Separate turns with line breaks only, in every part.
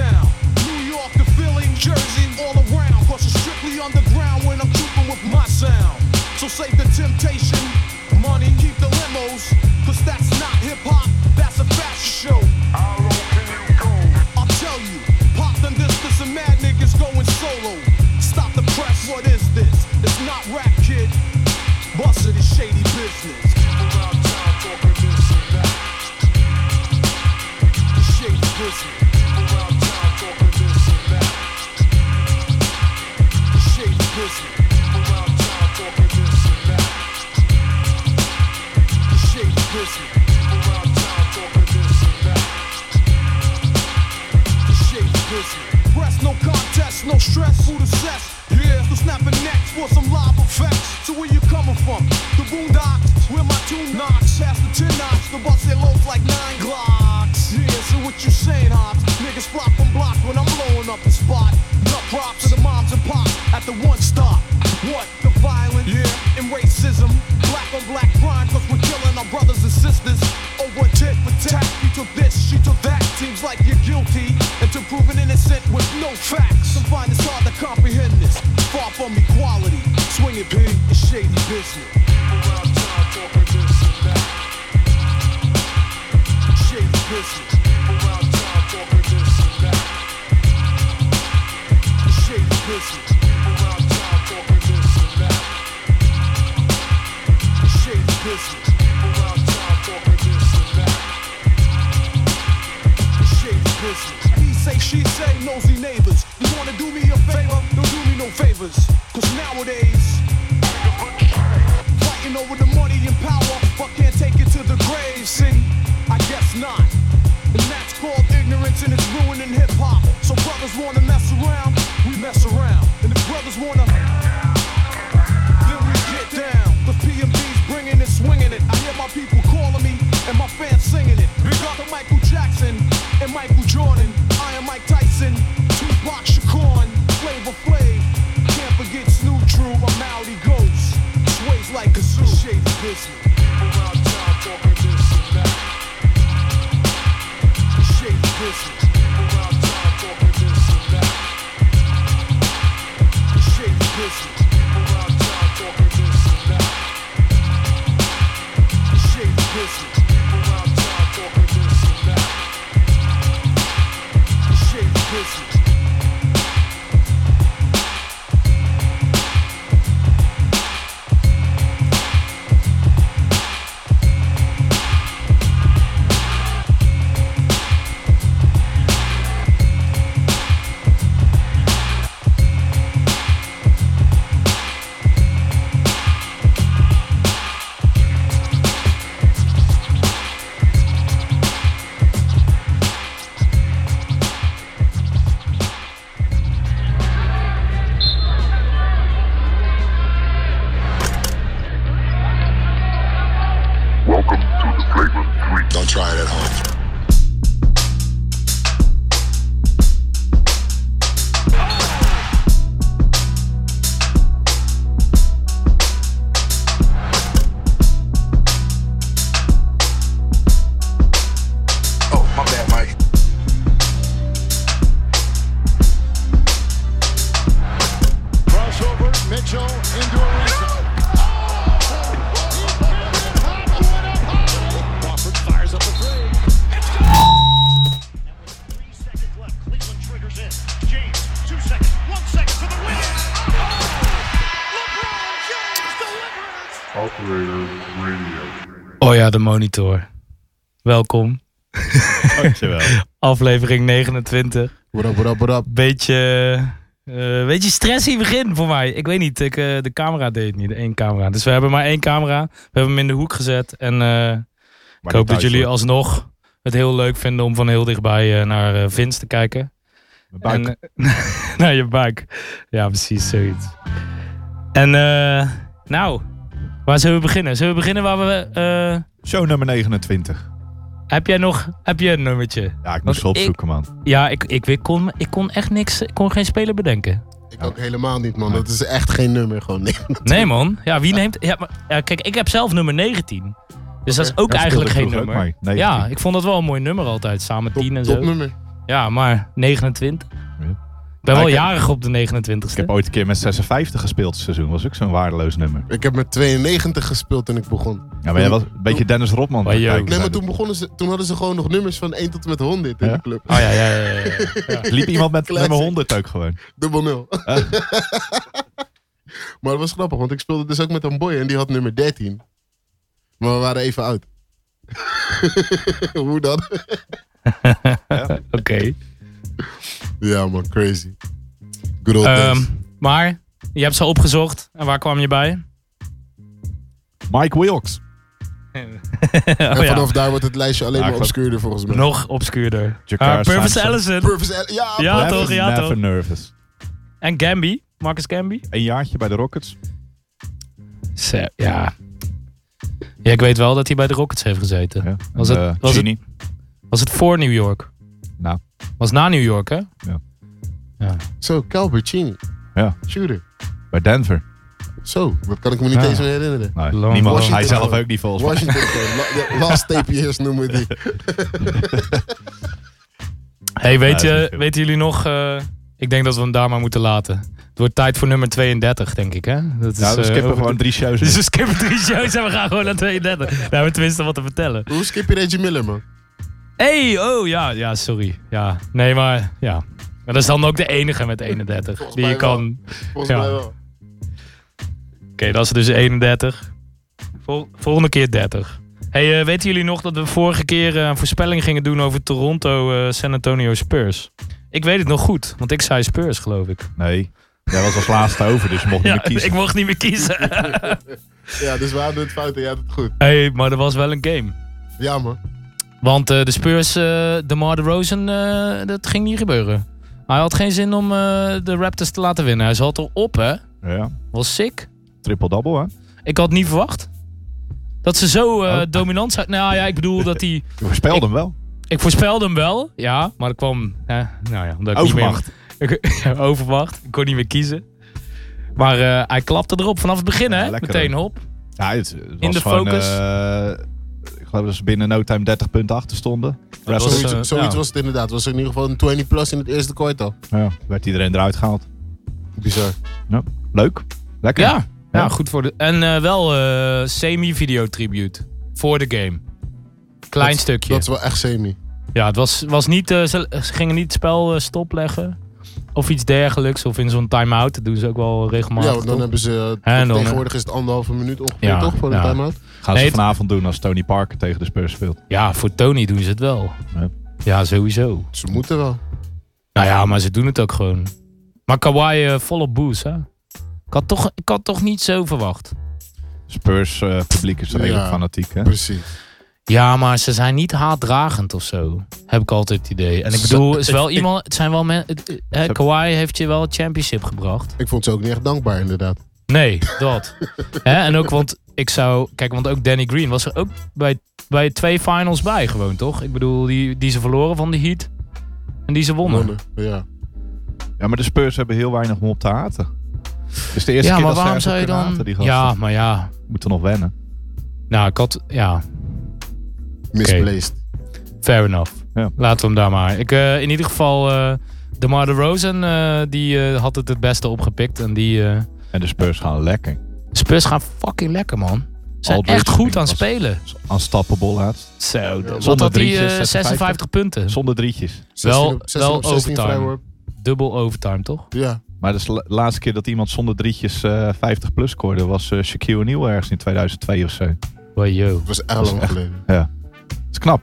New York to Philly, Jersey, all around. Cause it's strictly underground when I'm trooping with my sound. So save the temptation, money, keep the limos. Cause that's not hip hop, that's a fashion show.
How low can you go?
I'll tell you, pop them distance and mad niggas going solo. Stop the press, what is this? It's not rap, kid. Busted is shady business.
People out town talking this and that.
It's shady business.
People out town talking this and that.
It's shady business.
People out town talking this and that.
It's shady business.
People out town talking this and that.
the shady business. Rest, no contest, no stress, who the cess? Yeah, so snapping necks for some live effects. So where you coming from? The boondocks, where my tune knocks. Past the ten knocks, the bus it loads like nine glocks. Yeah, so what you saying, hops? Niggas flop from block when I'm blowing up the spot. Nut props to the moms and pops at the one stop. What? The violence? Yeah. And racism? Black on black crime, cause we're killing our brothers and sisters. Over tit for tat, you took this, she took that. Seems like you're guilty until proven innocent with no facts. Some find it's hard to comprehend this. Far from equality, swinging pig is shady business.
People out town talking this and that.
Shady business,
People out town talking this and that.
shady business,
People out town talking this and that.
shady business,
People out town talking this and that.
shady business. He say, she say, nosy neighbors. You wanna do me a favor? Don't do me no favors. Cause nowadays, Fighting over the money and power, but can't take it to the grave. See, I guess not. And that's called ignorance and it's ruining hip hop. So brothers wanna mess around, we mess around. And if brothers wanna, then we get down. The PMD's bringing it, swinging it. I hear my people calling me and my fans singing it. Big up to Michael Jackson and Michael Jordan. I am Mike Tyson, Tupac Shakur, and Flavor Flav. Can't forget Snoop Drew, I'm out he goes. Sways like a zoo. Shady business.
People out town talking this and that.
Shady business.
People out town talking this and that.
Shady business.
People out town talking this and that.
Shady business.
People out town talking this and that.
Shady business.
Welcome to the Flavor 3. Don't try it at home.
Oh, my bad, Mike.
Crossover, Mitchell into a red zone. Crawford fires up a three.
Now with three seconds left, Cleveland triggers in. James, two seconds, one second for the win. LeBron James delivers.
Operator Radio.
Oh ja, de monitor. Welkom. Aflevering 29.
What up, what up, what up?
Beetje, eh beetje stressy begin voor mij. Ik weet niet, ik, eh, de camera deed het niet, de één camera. Dus we hebben maar één camera. We hebben hem in de hoek gezet. En eh, ik hoop dat jullie alsnog het heel leuk vinden om van heel dichtbij eh, naar eh, Vince te kijken. En, naar je buik. Ja, precies, zoiets. En eh, nou, waar zullen we beginnen? Zullen we beginnen waar we... eh,
Show nummer 29.
Heb jij nog heb jij een nummertje?
Ja, ik moest ze
Want ik-
opzoeken, man.
Ja, ik, ik, ik, kon, ik kon echt niks. Ik kon geen speler bedenken.
Ik ook helemaal niet, man. Dat is echt geen nummer, gewoon. Nee.
Nee, man. Ja, wie neemt. Ja, maar, ja, kijk, ik heb zelf nummer 19. Dus dat is ook
Daar
eigenlijk geen
speelde ik vroeger ook
nummer.
mee, 19.
ja, ik vond dat wel een mooi nummer altijd. Samen 10 en zo.
Topnummer.
Ja, maar 29. ben
Maar
wel
ik-
jarig op de 29ste.
Ik heb ooit een keer met 56 gespeeld het seizoen. was ook zo'n waardeloos nummer.
Ik heb met 92 gespeeld toen ik begon.
Ja, maar jij was een beetje Dennis Rodman.
Maar joh.
Nee, maar toen, begonnen ze, toen hadden ze gewoon nog nummers van 1 tot en met 100 in
Ja?
de club.
Oh ja, ja, ja. ja, ja.
Liep iemand met
Classic.
nummer 100 ook gewoon.
Dubbel nul. maar dat was grappig, want ik speelde dus ook met een boy en die had nummer 13. Maar we waren even oud. Hoe dan?
Oké.
Ja man, crazy. Good old days.
Ehm, maar, je hebt ze opgezocht. En waar kwam je bij?
Mike Wilkes.
Oh
en
ja,
vanaf daar wordt het lijstje alleen
Ja,
maar
ik was-
obscuurder volgens mij.
Nog obscuurder.
Jakar
Eh, Purvis
Sampson.
Ellison
Purvis L- ja,
Ja,
man.
toch, ja,
never
toch.
nervous.
en Gambi. Marcus Gambi.
Een jaartje bij de Rockets.
Ze- Ja. ja, ik weet wel dat hij bij de Rockets heeft gezeten.
Ja.
Was
En,
het-
eh,
was het-
Genie.
Was het voor New York?
Nou.
Was na New York, hè?
Zo, Calbertini.
Ja.
Shooter.
Bij Denver.
Zo, dat kan ik me niet
Ja.
eens meer herinneren.
Nee,
Long-
niemand, hij
Washington
zelf
gewoon.
ook niet volgens mij.
Washington gewoon. La- de Last tape years noemen we die.
Hey, weet
dat is niet
je,
veel.
weten jullie nog... eh, ik denk dat we hem daar maar moeten laten. Het wordt tijd voor nummer 32, denk ik, hè? Dat is,
Ja, we
eh,
skippen
over-
gewoon drie shows.
Dus we skippen drie shows en we gaan gewoon naar 32. Daar hebben we tenminste wat te vertellen.
Hoe skip je Reggie Miller, man?
hey, oh ja, ja, sorry. Ja, nee, maar ja. Maar dat is dan ook de enige met 31
Volgens
die je
mij wel.
kan...
Volgens
Ja.
mij wel.
Oké, dat is dus 31. Vol- volgende keer 30. Hey, eh, weten jullie nog dat we vorige keer eh, een voorspelling gingen doen over Toronto, eh, San Antonio Spurs? Ik weet het nog goed, want ik zei Spurs, geloof ik.
Nee, jij was als laatste over, dus je mocht niet
Ja,
meer kiezen.
ik mocht niet meer kiezen.
Ja, dus we hadden het fout en jij had het goed.
hey, maar dat was wel een game.
Ja, man.
Want eh, de Spurs, de DeMar DeRozan, eh dat ging niet gebeuren. Hij had geen zin om eh, de Raptors te laten winnen. Hij zat erop, hè?
Ja,
Was sick.
triple-double, hè?
Ik had niet verwacht dat ze zo eh,
Oh.
dominant zijn. Nou ja, ik bedoel dat hij...
Je voorspelde hem wel.
Ik voorspelde hem wel, ja, maar dat kwam. Hè, nou ja, omdat ik
Overmacht.
Niet meer, ik, ja, overmacht. Ik kon niet meer kiezen. Maar eh, hij klapte erop vanaf het begin,
Ja,
hè?
lekker,
Meteen
hè?
hop.
Ja, het, het was
In de
gewoon,
focus.
eh, ik geloof dat ze binnen no time 30 punten achter stonden. Rest-
was,
Zoiets,
eh,
zoiets
ja.
was het inderdaad. Was er in ieder geval een 20 plus in het eerste kwart al.
eh,
ja, werd iedereen eruit gehaald.
Bizar.
Ja, leuk. Lekker.
Ja, ja.
Ja.
goed voor de. En eh, wel eh semi-video tribute voor de game. Klein
Dat-
stukje.
Dat is wel echt semi.
Ja, het was, was niet, eh, ze, ze gingen niet het spel eh, stopleggen. Of iets dergelijks. Of in zo'n time-out. Dat doen ze ook wel regelmatig.
ja, want dan
toch?
hebben ze... eh,
En dan, hè?
tegenwoordig is het anderhalve minuut ongeveer,
Ja,
toch? Voor
ja.
een time-out.
Gaan
Nee,
ze
het-
vanavond doen als Tony Parker tegen de Spurs speelt.
ja, voor Tony doen ze het wel.
Ja.
Ja, sowieso.
Ze moeten wel.
Nou ja, maar ze doen het ook gewoon. Maar Kawhi eh, volop boost, hè? Ik had, toch, ik had toch niet zo verwacht.
Spurs eh, publiek is redelijk
Ja.
fanatiek, hè?
Precies.
Ja, maar ze zijn niet haatdragend of zo. Heb ik altijd het idee. En ik
Ze-
bedoel, is
ik-
wel
ik-
iemand, het zijn wel mensen... Kawhi heeft je wel het championship gebracht.
Ik vond ze ook niet echt dankbaar, inderdaad.
Oh, Nee, dat. Hè, en ook, want ik zou... Kijk, want ook Danny Green was er ook bij, bij twee finals bij gewoon, toch? Ik bedoel, die, die ze verloren van de Heat. En die ze wonnen.
Wonnen. Ja.
Ja, maar de Spurs hebben heel weinig om op te haten. Dus de eerste
Ja,
keer
maar
dat
waarom
ze
zou je
ergens op kunnen haten,
dan...
die gasten.
Ja, maar ja.
Moeten nog wennen.
Nou, ik had... Ja,
Misplaced.
Fair enough.
Ja.
Laten we hem daar maar. Ik, eh, in ieder geval, eh DeMar DeRozan eh, die, eh, had het het beste opgepikt. En die eh
En de Spurs gaan lekker.
Spurs gaan fucking lekker, man. Ze zijn
Aldridge
echt goed aan het
was-
spelen.
Unstoppable laatst.
Zo, wat
zonder
had hij?
drietjes,
eh,
56.
56 punten.
Zonder drietjes.
16
Wel-
op- 16 op
wel
16
overtime.
vrijworp.
Dubbel overtime, toch?
Ja.
Maar dat is de la- laatste keer dat iemand zonder drietjes eh, 50 plus scoorde was eh, Shaquille O'Neal ergens in 2002 of zo. Dat
Wow, yo.
Het was echt lang geleden.
is knap.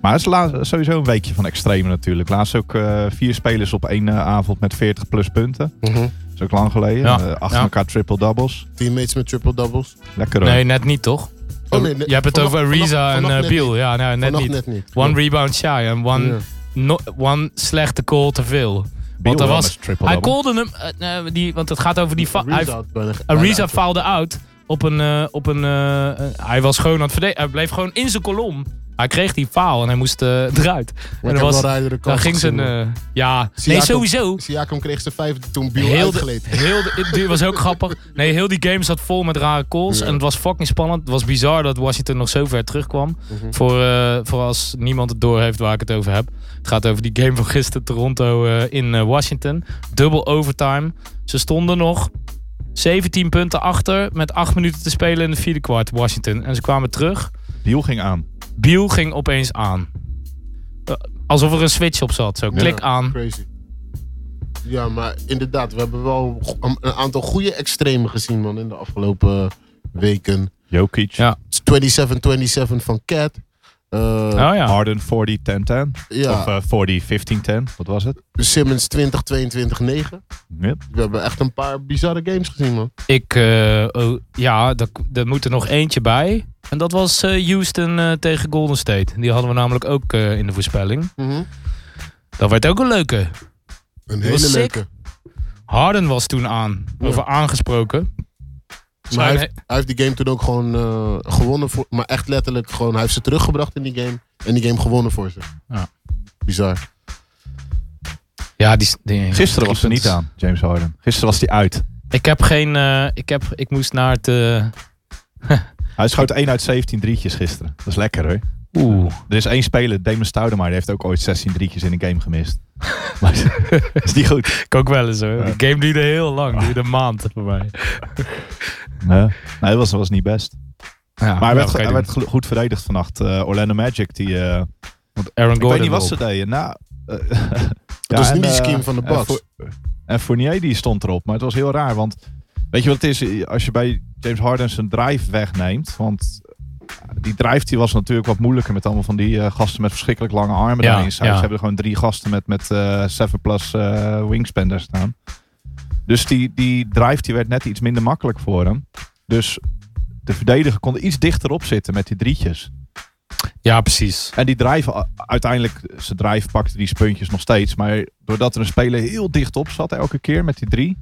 Maar het is la- sowieso een weekje van extreme natuurlijk. Laatst ook eh, vier spelers op één eh, avond met 40 plus punten.
Mhm.
Dat is ook lang geleden.
Ja,
Eh, achter
ja.
elkaar triple doubles.
Teammates met triple-doubles.
Lekker hoor.
Nee, net niet, toch?
Oh, nee, net-
Je hebt het
vannacht-
over Ariza
vannacht-
en
vannacht
eh,
net
Beal. Ja, nou, net
Vannacht
niet.
net niet.
One rebound shy en one,
Ja.
no- one slechte call te veel.
Beal
Want er
wel
was...
met triple
Hij
doubles.
callde hem... eh, eh, die, want het gaat over die... fa- hij-
Ariza had bijna- bijna
Ariza
uit.
faalde out. op een... eh, op een eh, eh, hij was gewoon aan het verdedigen. Hij bleef gewoon in zijn kolom. Hij kreeg die faal en hij moest eh, eruit. En
heb
er was,
wel rijden de kans
daar ging
gezien,
zijn...
hoor.
eh, ja, nee,
Siakam-
sowieso.
Siakam kreeg zijn vijfde toen Biel
Heel de,
uitgeleed.
heel de, die was ook grappig. Nee, heel die game zat vol met rare calls. En het was fucking spannend. Het was bizar dat Washington nog zo ver terugkwam. voor, eh, voor als niemand het door heeft waar ik het over heb. Het gaat over die game van gisteren Toronto eh, in eh, Washington. Dubbel overtime. Ze stonden nog 17 punten achter met 8 minuten te spelen in de vierde kwart Washington. En ze kwamen terug.
Deal ging aan.
Biel ging opeens aan. Eh, alsof er een switch op zat. Zo, klik aan.
Crazy. Ja, maar inderdaad, we hebben wel go- een een aantal goede extremen gezien, man, in de afgelopen weken.
Jokic.
Ja.
27-27 van Cat. Eh,
Oh ja.
Harden 40-10-10.
Ja.
Of eh, 40-15-10. Wat was het?
Simmons 20-22-9.
Yep.
We hebben echt een paar bizarre games gezien, man.
Ik, eh, oh, ja, daar- er moet er nog eentje bij. En dat was eh, Houston eh, tegen Golden State. Die hadden we namelijk ook eh, in de voorspelling. Dat werd ook een leuke.
Een
was
hele
sick.
leuke.
Harden was toen aan. Over aangesproken.
Maar hij
Zijn-
heeft, hij heeft die game toen ook gewoon eh, gewonnen. Voor, maar echt letterlijk gewoon, hij heeft ze teruggebracht in die game. En die game gewonnen voor ze.
Ja.
Bizar.
Ja, die, die-
Gisteren was er
drie
niet
punten.
aan, James Harden. Gisteren was hij uit.
Ik heb geen... eh, ik, heb, ik moest naar het... eh,
Hij schoot 1 uit 17 drietjes gisteren. Dat is lekker hoor.
Oeh.
Er is één speler, Damon Stoudemire, die heeft ook ooit 16 drietjes in een game gemist. maar is, is die goed?
Ik ook wel eens hoor. Die game duurde heel lang. Duurde een maand voor mij.
Nee, nee dat was, was niet best.
Ja,
Maar hij werd,
oké,
hij
doe.
werd gelo- goed verdedigd vannacht. Eh, Orlando Magic, die... eh,
Want Aaron
ik
Gordon
weet niet wat ze
erop.
deden. Nou, eh,
Het was
en,
niet die
eh,
scheme van de
en
Bucks.
Four- En Fournier die stond erop. Maar het was heel raar. Want weet je wat het is? Als je bij James Harden zijn drive wegneemt. Want eh, die drive die was natuurlijk wat moeilijker. Met allemaal van die eh, gasten met verschrikkelijk lange armen.
Ja,
daarin. Ze
ja.
hebben er gewoon drie gasten met 7 met, eh, seven plus eh, wingspan daar staan. Dus die, die drive die werd net iets minder makkelijk voor hem. Dus de verdediger kon er iets dichterop zitten met die drietjes.
Ja, precies.
En die drive, uh, uiteindelijk, ze drive pakte die puntjes nog steeds. Maar doordat er een speler heel dicht op zat elke keer met die drie,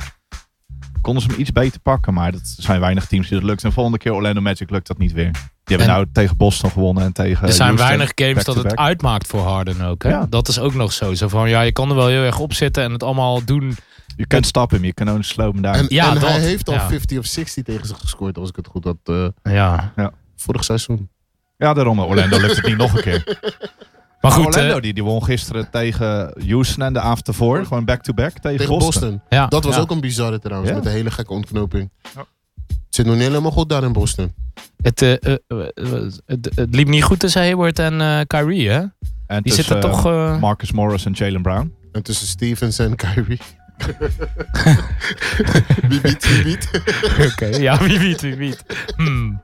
konden ze hem iets beter pakken. Maar dat zijn weinig teams die dat lukt. En volgende keer Orlando Magic lukt dat niet weer. Die hebben
En-
nou tegen Boston gewonnen en Eh, tegen
Er zijn
Houston,
weinig games dat het
back-to-back.
uitmaakt voor Harden ook. Hè?
Ja.
Dat is ook nog zo. Zo van, ja, je kan er wel heel erg op zitten en het allemaal doen.
Je kunt stappen, je kan ook slopen daar.
En,
Ja,
en
dat.
hij heeft al
Ja.
50 of 60 tegen zich gescoord, als ik het goed had. eh,
Ja.
vorig seizoen.
Ja, daarom. Orlando lukt het niet nog een keer.
Maar goed,
Orlando
eh,
die, die won gisteren tegen Houston en de avond ervoor. Gewoon back-to-back tegen,
Tegen
Boston.
Boston.
ja,
Dat was
ja.
ook een bizarre trouwens,
Ja.
met een hele gekke ontknoping. Het zit nog niet helemaal goed daar in Boston.
Het, eh, eh, eh, het, het liep niet goed tussen Hayward en eh, Kyrie, hè?
En
Die
tussen,
zitten toch... eh,
Marcus Morris en Jalen Brown.
En tussen Stevens en Kyrie. wie biedt, wie biedt.
Oké, ja, wie weet, wie weet. Hmm.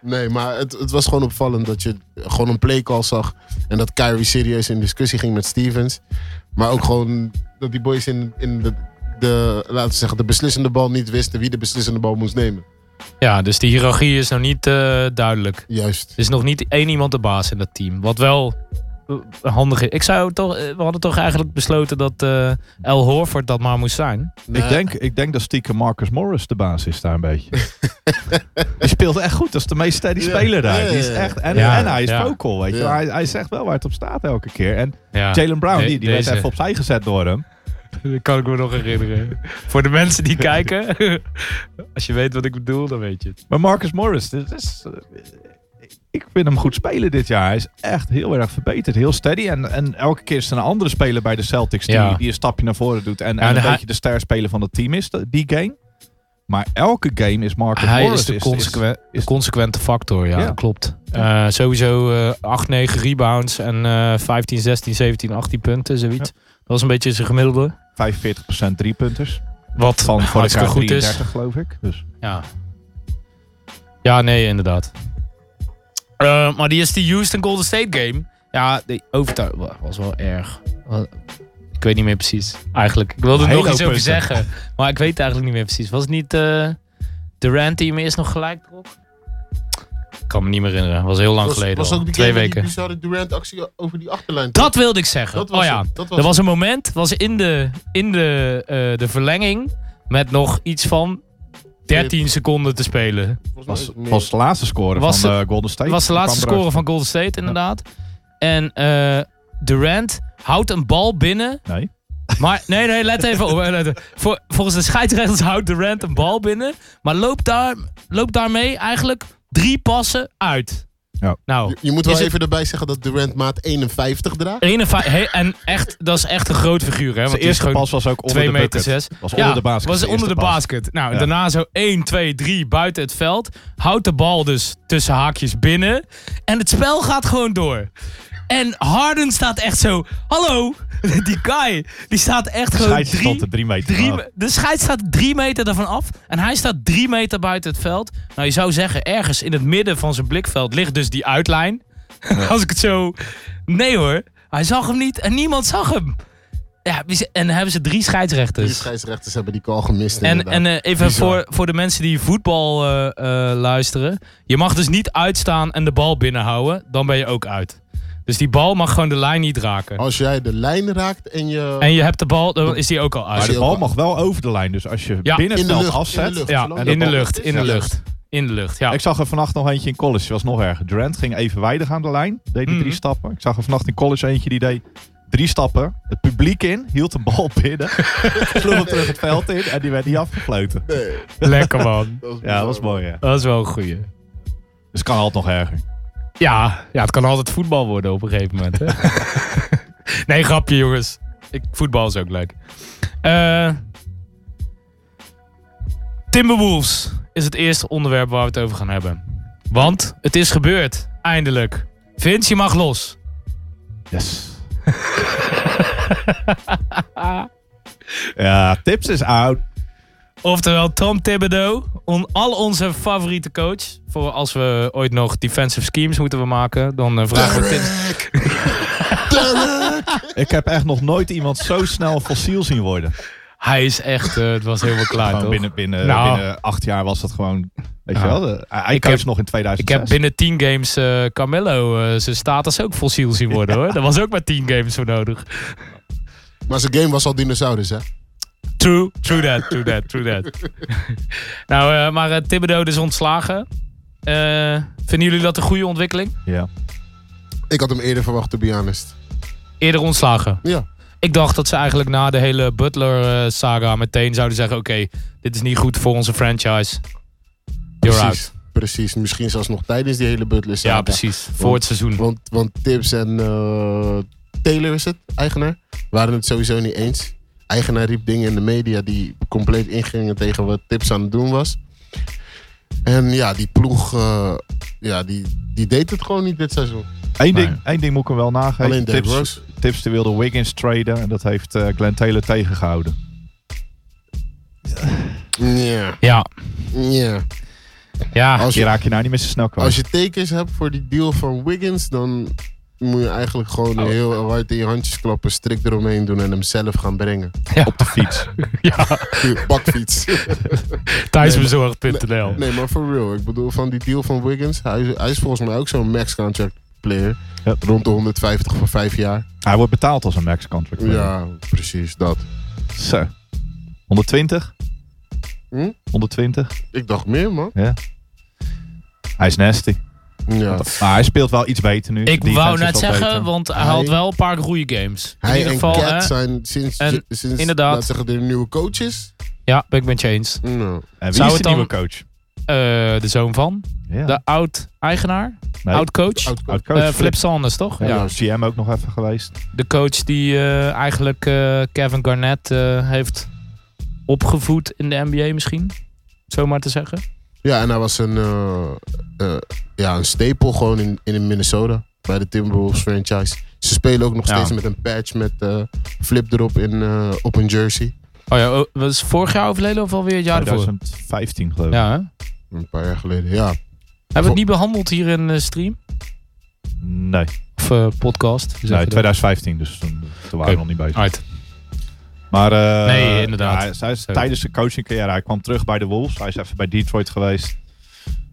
Nee, maar het, het was gewoon opvallend dat je gewoon een playcall zag. En dat Kyrie serieus in discussie ging met Stevens. Maar ook gewoon dat die boys in, in de, de, laten we zeggen, de beslissende bal niet wisten wie de beslissende bal moest nemen.
Ja, dus die hiërarchie is nog niet eh, duidelijk.
Juist.
Er is nog niet één iemand de baas in dat team. Wat wel eh, handig is. Ik zou toch, eh, we hadden toch eigenlijk besloten dat eh El Horford dat maar moest zijn.
Nee.
Ik, denk, ik denk dat stiekem Marcus Morris de baas is daar een beetje. die speelt echt goed. Dat is de meest steady
Ja.
speler daar.
Ja, ja,
Die is
ja.
echt, en,
Ja,
en hij is
ja.
vocal, weet je.
Ja.
Hij, hij zegt wel waar het op staat elke keer. En
Ja.
Jalen Brown,
De-
die, die werd
deze.
even opzij gezet door hem.
Dat kan ik me nog herinneren. Voor de mensen die kijken. Als je weet wat ik bedoel, dan weet je het.
Maar Marcus Morris, dit is, eh, ik vind hem goed spelen dit jaar. Hij is echt heel erg verbeterd. Heel steady. En, en elke keer is er een andere speler bij de Celtics die,
Ja.
die een stapje naar voren doet. En, en,
Ja, en
een
hij-
beetje de sterspeler van het team is, dat- die game. Maar elke game is Marcus
Hij
Morris.
is de
is-
consequen-
is-
consequente factor, ja,
Ja.
dat klopt. Eh, sowieso eh, 8, 9 rebounds en eh 15, 16, 17, 18 punten, zoiets. Dat was een beetje zijn gemiddelde.
45% driepunters.
Wat
Van vorig jaar
hartstikke Nou, goed
33,
is.
geloof ik. Dus.
Ja. ja, nee, inderdaad. Eh, maar die is die Houston Golden State game. Ja, die overtuig wa- was wel erg. Wa- Ik weet niet meer precies. Eigenlijk. Ik wilde er
Hele
nog iets over
punten.
zeggen. Maar ik weet het eigenlijk niet meer precies. Was het niet eh Durant die me eerst nog gelijk trok? Ik kan me niet meer herinneren. was heel lang
was,
geleden.
was
al.
ook die
Twee
game met
weken.
Die bizarre Durant-actie over die achterlijn.
Dat wilde ik zeggen.
Dat was
oh ja,
het, dat was
er was een moment, was in de, in de, eh, de verlenging, met nog iets van 13 seconden te spelen.
Was,
meer.
was de laatste score
Was
van
de-
eh, Golden State.
Dat was de laatste
Kwam eruit.
score van Golden State, inderdaad. En eh, Durant houdt een bal binnen.
Nee.
Maar nee, nee, let even op. let even. Voor, volgens de scheidsrechters houdt Durant een bal binnen. Maar loopt, daar, loopt daarmee eigenlijk drie passen uit.
Ja.
Nou,
Je, je moet wel
Is het-
even erbij zeggen dat Durant maat 51 draagt.
51 hey, en echt, dat is echt een groot figuur. Hè? Want
Zijn
die is
eerste
gewoon
pas was ook onder
2
de
meter
bucket.
6.
Was onder de basket.
Was
zijn
onder de
eerste pas.
basket. Nou,
Ja.
daarna zo 1, 2, 3 buiten het veld. Houdt de bal dus tussen haakjes binnen. En het spel gaat gewoon door. En Harden staat echt zo. Hallo, die guy. Die staat echt gewoon.
Scheidsrechter Dus stond
Drie,
er drie meter
drie,
vanaf.
me- de scheid staat drie meter ervan af. En hij staat drie meter buiten het veld. Nou, je zou zeggen, ergens in het midden van zijn blikveld ligt dus die uitlijn. Als ik het zo. Nee hoor. Hij zag hem niet en niemand zag hem. Ja, wie ze- en dan hebben ze drie scheidsrechters.
De scheidsrechters hebben die call gemist.
En,
inderdaad.
en eh, even
Bizar.
voor, voor de mensen die voetbal eh, eh, luisteren. Je mag dus niet uitstaan en de bal binnenhouden. Dan ben je ook uit. Dus die bal mag gewoon de lijn niet raken.
Als jij de lijn raakt en je.
En je hebt de bal, dan is die ook al
Maar
uit.
de bal mag wel over de lijn. Dus als je
Ja.
binnen
in
het
de lucht.
veld
in
afzet.
de lucht.
Ja,
zolang
in de
bal-
lucht, in de
Ja.
lucht. In de lucht, ja.
Ik zag er vannacht nog eentje in college. Die was nog erger. Durant ging evenwijdig aan de lijn. Deed die
Mhm.
drie stappen. Ik zag er vannacht in college eentje die deed drie stappen. Het publiek in. Hield de bal binnen. sloeg hem terug het veld in. En die werd niet afgefloten.
Nee,
Lekker man.
dat
Ja, dat was
bizar.
mooi. Ja.
Dat is wel een goeie.
Dus het kan altijd nog erger.
Ja, ja, het kan altijd voetbal worden op een gegeven moment. Hè? nee, grapje jongens. Ik, voetbal is ook leuk. Eh, Timberwolves is het eerste onderwerp waar we het over gaan hebben. Want het is gebeurd, eindelijk. Vince, je mag los.
Yes. ja, tips is out.
Oftewel Tom Thibodeau, on, al onze favoriete coach. Voor als we ooit nog defensive schemes moeten we maken, dan eh, vragen we tips.
Ik heb echt nog nooit iemand zo snel fossiel zien worden.
Hij is echt, eh, het was helemaal klaar
Gewoon
toch?
binnen, binnen,
Nou.
binnen acht jaar was dat gewoon... Weet
Ja.
je wel, de- hij
Ik
coacht
heb-
nog in
Ik heb
2006.
binnen 10 games eh Carmelo eh, zijn status ook fossiel zien worden hoor. Dat was ook maar 10 games voor nodig.
Maar zijn game was al dinosaurus, hè?
True, true that, true that, true that. nou, eh, maar eh Thibodeau is ontslagen. Eh, vinden jullie dat een goede ontwikkeling?
Ja.
Ik had hem eerder verwacht, to be honest.
Eerder ontslagen.
Ja.
Ik dacht dat ze eigenlijk na de hele Butler-saga meteen zouden zeggen... Oké, dit is niet goed voor onze franchise. You're out.
Precies. Precies. Misschien zelfs nog tijdens die hele Butler.
Ja,
saga.
precies. Voor het seizoen.
Want, want Tips en eh, Taylor is het, eigenaar, waren het sowieso niet eens. Eigenaar riep dingen in de media die compleet ingingen tegen wat Tips aan het doen was. En ja, die ploeg, eh, ja, die, die deed het gewoon niet dit seizoen.
Eén,
Nee.
ding, één ding moet ik hem wel nageven.
Alleen Dave
tips,
Rose.
tips die wilde Wiggins traden. En dat heeft eh Glenn Taylor tegengehouden.
Ja,
Ja,
ja.
ja.
Als
Hier
je,
raak je nou niet meer zo snel
als
kwijt.
je tekens hebt voor die deal van Wiggins, dan moet je eigenlijk gewoon
Oh.
heel hard in je handjes klappen, strik eromheen doen en hem zelf gaan brengen.
Op de fiets.
ja.
Hier, Bakfiets.
Thuisbezorgd.nl
Nee, maar voor real. Ik bedoel, van die deal van Wiggins. Hij, is- hij is volgens mij ook zo'n max contract player.
Ja.
Rond de 150 voor vijf jaar.
Hij wordt betaald als een max contract.
Ja, precies dat.
Zo. 120?
Hm?
120?
Ik dacht meer, man.
Ja. Hij is nasty.
Ja.
Maar hij speelt wel iets beter nu.
Ik
Defense
wou
is
net
wel
zeggen,
beter.
want hij
Hij-
had wel een paar goede games. in
Hij
ieder
en
geval, hè?
Cat zijn sinds,
En
sinds
inderdaad.
laat zeggen, de nieuwe coaches.
Ja, ben ik met je eens.
Nou,
En
Zou
wie is de
het dan-
nieuwe coach?
Eh, de zoon van,
Ja.
de oud-eigenaar,
Nee,
oud-coach.
oud-
oud-coach.
Eh, Flip Sanders, toch? Ja.
Ja, GM ook nog even geweest.
De coach die eh, eigenlijk eh, Kevin Garnett eh, heeft opgevoed in de NBA misschien. Zomaar te zeggen.
ja, en hij was een, eh, eh, ja, een stapel gewoon in, in Minnesota. Bij de Timberwolves franchise. Ze spelen ook nog
Ja.
steeds met een patch met eh, flip erop in, eh, op een jersey.
Oh ja, oh, was vorig jaar overleden of alweer het jaar ervoor?
2015 geloof ik.
Ja, hè?
Een paar jaar geleden, ja.
Hebben we het niet behandeld hier in de stream?
Nee,
Of eh, podcast? Hoe zeg
nee
je dat?
2015. Dus toen, toen waren we nog niet bezig.
Right.
Maar, eh,
Nee, inderdaad.
ja, hij- hij is tijdens zijn coachingcarrière, hij kwam terug bij de Wolves. Hij is even bij Detroit geweest.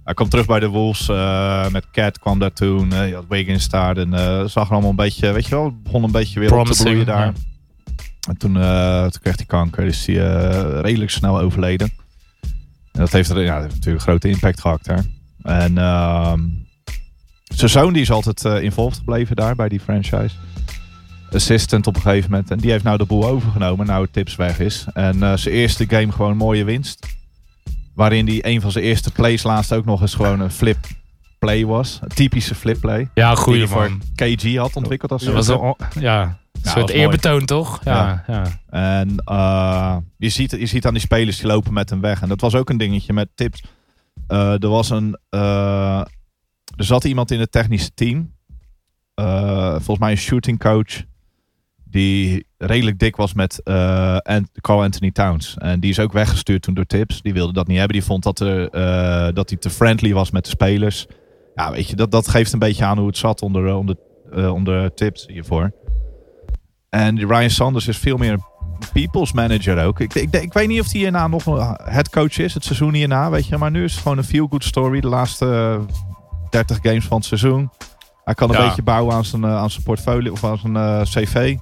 Hij kwam terug bij de Wolves. eh, met Cat kwam daar toen. eh, je had Wiggins daar. En eh, zag er allemaal een beetje, weet je wel, begon een beetje weer op te
Promising,
bloeien daar.
ja.
En toen, eh, toen kreeg hij kanker. Dus hij eh, redelijk snel overleden. Eh, En dat heeft, er- ja, dat heeft natuurlijk een grote impact gehad daar. En ehm zijn zoon die is altijd eh, involved gebleven daar bij die franchise. Assistant op een gegeven moment. En die heeft nou de boel overgenomen, nou het tips weg is. En eh, zijn eerste game gewoon mooie winst. Waarin die een van zijn eerste plays laatst ook nog eens gewoon een flip play was. Een typische flip play.
Ja,
die
goeie
hij voor
man.
KG had ontwikkeld als
Dat was
zo.
wel, ja, een
was
soort
mooi.
eerbetoon toch? Ja, ja.
En eh, je, ziet, je ziet aan die spelers die lopen met hem weg. En dat was ook een dingetje met tips. Eh, er was een. eh, er zat iemand in het technische team. Eh, volgens mij een shooting coach. Die redelijk dik was met eh, Ant- Carl Anthony Towns. En die is ook weggestuurd toen door tips. Die wilde dat niet hebben. Die vond dat, er, eh, dat hij te friendly was met de spelers. Ja, weet je, dat, dat geeft een beetje aan hoe het zat onder, eh, onder, eh, onder tips hiervoor. En die Ryan Sanders is veel meer een people's manager ook. Ik, ik, ik weet niet of hij hierna nog een headcoach is, het seizoen hierna, weet je. Maar nu is het gewoon een feel-good story, de laatste eh, 30 games van het seizoen. Hij kan een
Ja.
beetje bouwen aan zijn, eh, aan zijn portfolio of aan zijn eh, cv.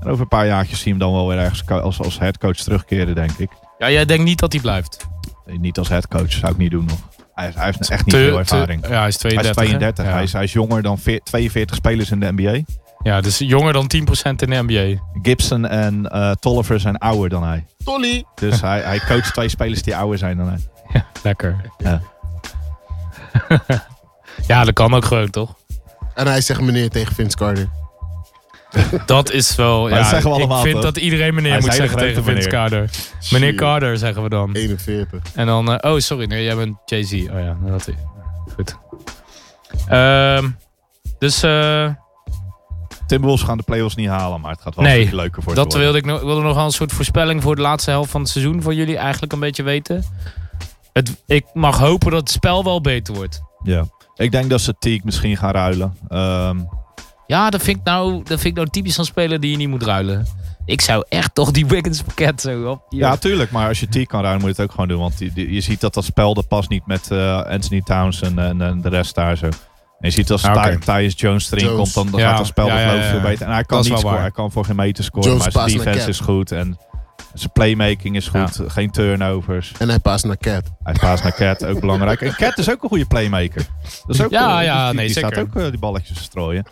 En over een paar jaartjes zie je hem dan wel weer ergens ko- als, als headcoach terugkeren, denk ik.
ja, jij denkt niet dat hij blijft.
Nee, Niet als headcoach, zou ik niet doen nog. Hij, hij heeft echt niet
Te-
veel
te-
ervaring.
ja, hij is 32.
hij is
hè?
32.
Ja.
Hij, is, hij is jonger dan veer- 42 spelers in de NBA.
ja, dus jonger dan 10% in de NBA.
Gibson en eh, Tolliver zijn ouder dan hij.
Tolly.
Dus hij, hij coacht twee spelers die ouder zijn dan hij.
Lekker.
Ja.
ja, dat kan ook gewoon toch?
En hij zegt meneer tegen Vince Carter.
Dat is wel.
Maar
Ja,
dat zeggen we allemaal,
ik vind
toch?
dat iedereen meneer
Hij is
moet
hele
zeggen tegen
grote
Vince Carter. Meneer Carter zeggen we dan.
41.
En dan, eh, oh sorry, nee, jij bent Jay-Z. Oh ja, dat is. Goed. Ehm, dus eh,
Timberwolves gaan de playoffs niet halen, maar het gaat wel
Nee,
een stuk leuker voor
dat
ze worden.
wilde ik nog, wilde nog wel een soort voorspelling voor de laatste helft van het seizoen voor jullie eigenlijk een beetje weten. Het, ik mag hopen dat het spel wel beter wordt.
Ja. Ik denk dat ze Teague misschien gaan ruilen. Ehm,
Ja, dat vind ik nou, dat vind ik nou typisch van speler die je niet moet ruilen. Ik zou echt toch die Wiggins pakket zo op.
ja, tuurlijk. Maar als je Teague kan ruilen, moet je het ook gewoon doen. Want die- die- je ziet dat dat spel dat past niet met eh, Anthony Towns en, en, en de rest daar zo. En je ziet als
Ah, oké.
Ty- Tyus Jones erin
Jones.
komt, dan, dan
Ja,
gaat dat spel
ja,
nog
ja,
geloof ik
ja,
veel
ja.
beter. En hij
Dat
kan
is
niet
wel
scoren.
waar.
Hij kan voor geen meter scoren,
Jones
maar zijn
paast naar
defense
Cap.
is goed. En zijn playmaking is goed. Geen turnovers.
En hij paast naar Cat.
Hij paast naar Cat, ook belangrijk. En Cat is ook een goede playmaker. Dat is ook,
Ja,
eh,
ja,
die,
nee,
die
zeker.
staat ook eh, die balletjes te strooien.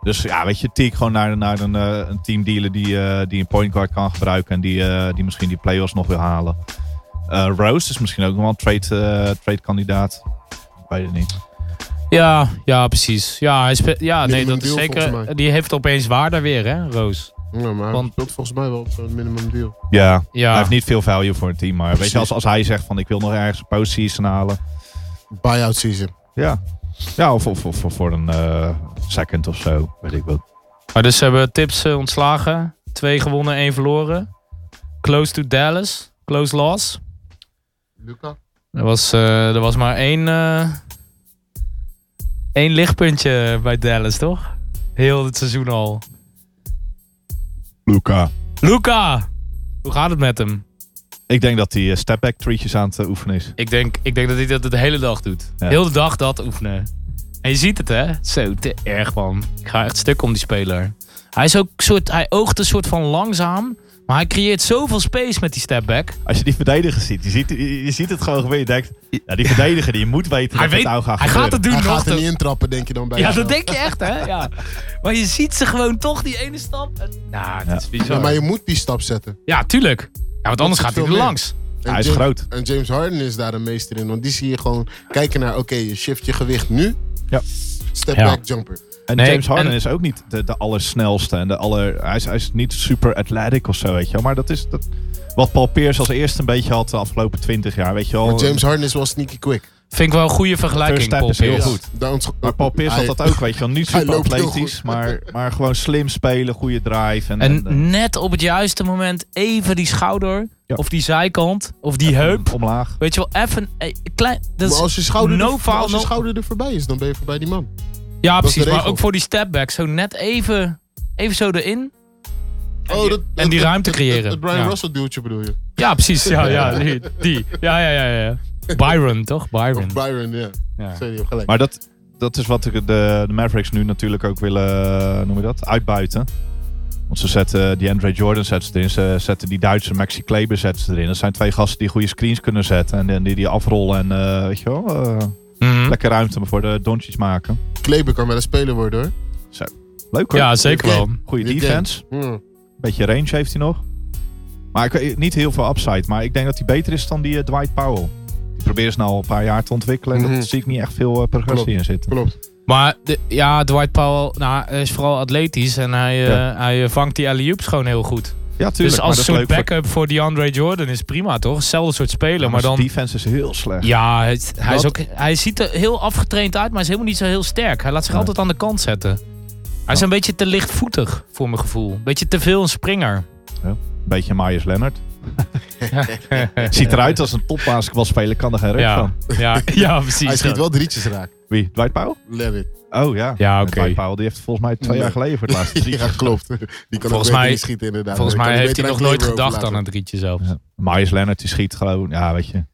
Dus ja, weet je, Teak gewoon naar, naar een, eh, een team dealen die, eh, die een point guard kan gebruiken. En die, eh, die misschien die playoffs nog wil halen. Eh, Rose is misschien ook nog wel een trade, eh, trade kandidaat. Ik weet het niet.
Ja, ja, precies. Ja, hij spe- ja nee,
Minimum
dat is
deal, volgens
zeker.
mij.
Die heeft opeens waarde weer, hè, Roos?
Ja, maar hij
Want-
speelt volgens mij wel op zo'n minimum deal.
Ja,
Ja.
hij heeft niet veel value voor het team. Maar weet
Precies.
je, als, als hij zegt van ik wil nog ergens een postseason halen.
Buyout season.
Ja, ja of, of, of, of voor een eh, second of zo. Weet ik wel.
Maar dus ze hebben tips eh, ontslagen. Twee gewonnen, één verloren. Close to Dallas. Close loss.
Luca?
Er was, eh, er was maar één, eh één lichtpuntje bij Dallas, toch? Heel het seizoen al.
Luca.
Luca! Hoe gaat het met hem?
Ik denk dat hij step-back treetjes aan het eh, oefenen is.
Ik denk, ik denk dat hij dat de hele dag doet.
Ja.
Heel de dag dat oefenen. En je ziet het, hè? Zo, te erg, man. Ik ga echt stuk om die speler. Hij, is ook soort, hij oogt een soort van langzaam. Maar hij creëert zoveel space met die stepback.
Als je die verdediger ziet, je ziet, je, je ziet het gewoon gebeuren. Je denkt, ja, die verdediger die moet weten
Hij,
dat
weet,
het nou gaat
hij gaat
gebeuren.
het doen
Hij
nog.
gaat er
dat-
niet intrappen, denk je dan bij
ja,
jezelf.
dat denk je echt, hè? Ja. Maar je ziet ze gewoon toch, die ene stap. En, nou, dat is
Ja,
bizar.
maar
Ja,
je moet die stap zetten.
tuurlijk. Ja, want anders
zit
gaat hij er
veel meer.
langs.
En
Hij is
James-
groot.
En James Harden is daar een meester in. Want die zie je gewoon kijken naar, oké, je shift je gewicht nu.
Ja.
Step
Ja. Oh,
back jumper.
En
Nee,
James Harden
en-
is ook niet de, de allersnelste. En de aller, hij, is, hij is niet super athletic of zo, weet je wel. Maar dat is dat, wat Paul Pierce als eerste een beetje had de afgelopen twintig jaar, weet je wel.
Maar James Harden is wel sneaky quick.
Vind ik wel een goede vergelijking,
First step
Paul
is heel
Pierce.
goed.
Dan-
Maar Paul Pierce had
Hij-
dat ook, weet je wel. Niet
Hij
super
loopt heel
atletisch,
goed.
maar, maar gewoon slim spelen, goede drive. En, en, eh,
En net op het juiste moment even die schouder,
Ja.
of die zijkant, of die heup.
omlaag.
Weet je wel, even een eh, klein... Dat
Maar
is
als je schouder,
no
er,
foul,
als je
no-
schouder er voorbij is, dan ben je voorbij die man.
ja,
is de
precies. Maar
regel.
ook voor die stepback. Zo net even, even zo erin.
Oh,
die- en die ruimte
het-
creëren.
Het, het Brian
Ja.
Russell duwtje bedoel je.
Ja, precies. Ja, ja, die. die. Ja, ja, ja, ja. Byron, toch?
Of
Byron.
Byron, ja.
Ja.
Sorry, je hebt gelijk.
Maar dat, dat is wat de, de, de Mavericks nu natuurlijk ook willen, eh, noem je dat, uitbuiten. Want ze zetten die Andre Jordan zetten ze erin. Ze zetten die Duitse Maxi Kleber zetten ze erin. Dat zijn twee gasten die goede screens kunnen zetten. En, en die, die afrollen en eh, weet je wel, eh,
Mhm.
lekker ruimte voor de Doncic maken.
Kleber kan wel een speler worden hoor.
Leuk hoor.
Ja, zeker wel.
Goede
Dit
defense.
Hm.
Beetje range heeft hij nog. Maar ik, weet- niet heel veel upside. Maar ik denk dat hij beter is dan die eh, Dwight Powell. Die probeert ze nou al een paar jaar te ontwikkelen. En
Mhm.
daar zie ik niet echt veel eh, progressie
Klopt.
in zitten.
Klopt.
Maar de- ja, Dwight Powell nou, hij is vooral atletisch en hij, eh,
Ja.
hij eh, vangt die alley-oops gewoon heel goed.
Ja, tuurlijk.
dus
maar
als
dat
een
is
soort
leuk voor-
backup voor... DeAndre Jordan is prima toch? Hetzelfde soort speler,
Ja,
maar
zijn
dan...
defense is heel slecht.
Ja, hij, hij is ook,
Dat-
hij ziet er heel afgetraind uit, maar is helemaal niet zo heel sterk. Hij laat zich
Nee.
altijd aan de kant zetten. Hij is een beetje te lichtvoetig, voor mijn gevoel. Een beetje te veel een springer.
Beetje Myers Leonard. Ziet eruit als een topbasketbalspeler, kan er geen ruk
Ja,
van.
ja, ja, precies.
Hij schiet wel drietjes raak.
Wie? Dwight Powell?
Let it.
Oh ja.
Ja,
En
oké.
Dwight Powell die heeft volgens mij twee
Nee.
jaar geleden voor het laatste drie.
Ja, klopt. Die kan ook
Volgens
beter
mij-
niet schieten inderdaad.
Volgens
Dan kan
mij heeft
beter
hij nog
aan
nooit
Kleber
gedacht aan
overlaten.
het rietje zelf.
Ja. Myers Leonard die schiet gewoon, ja weet je.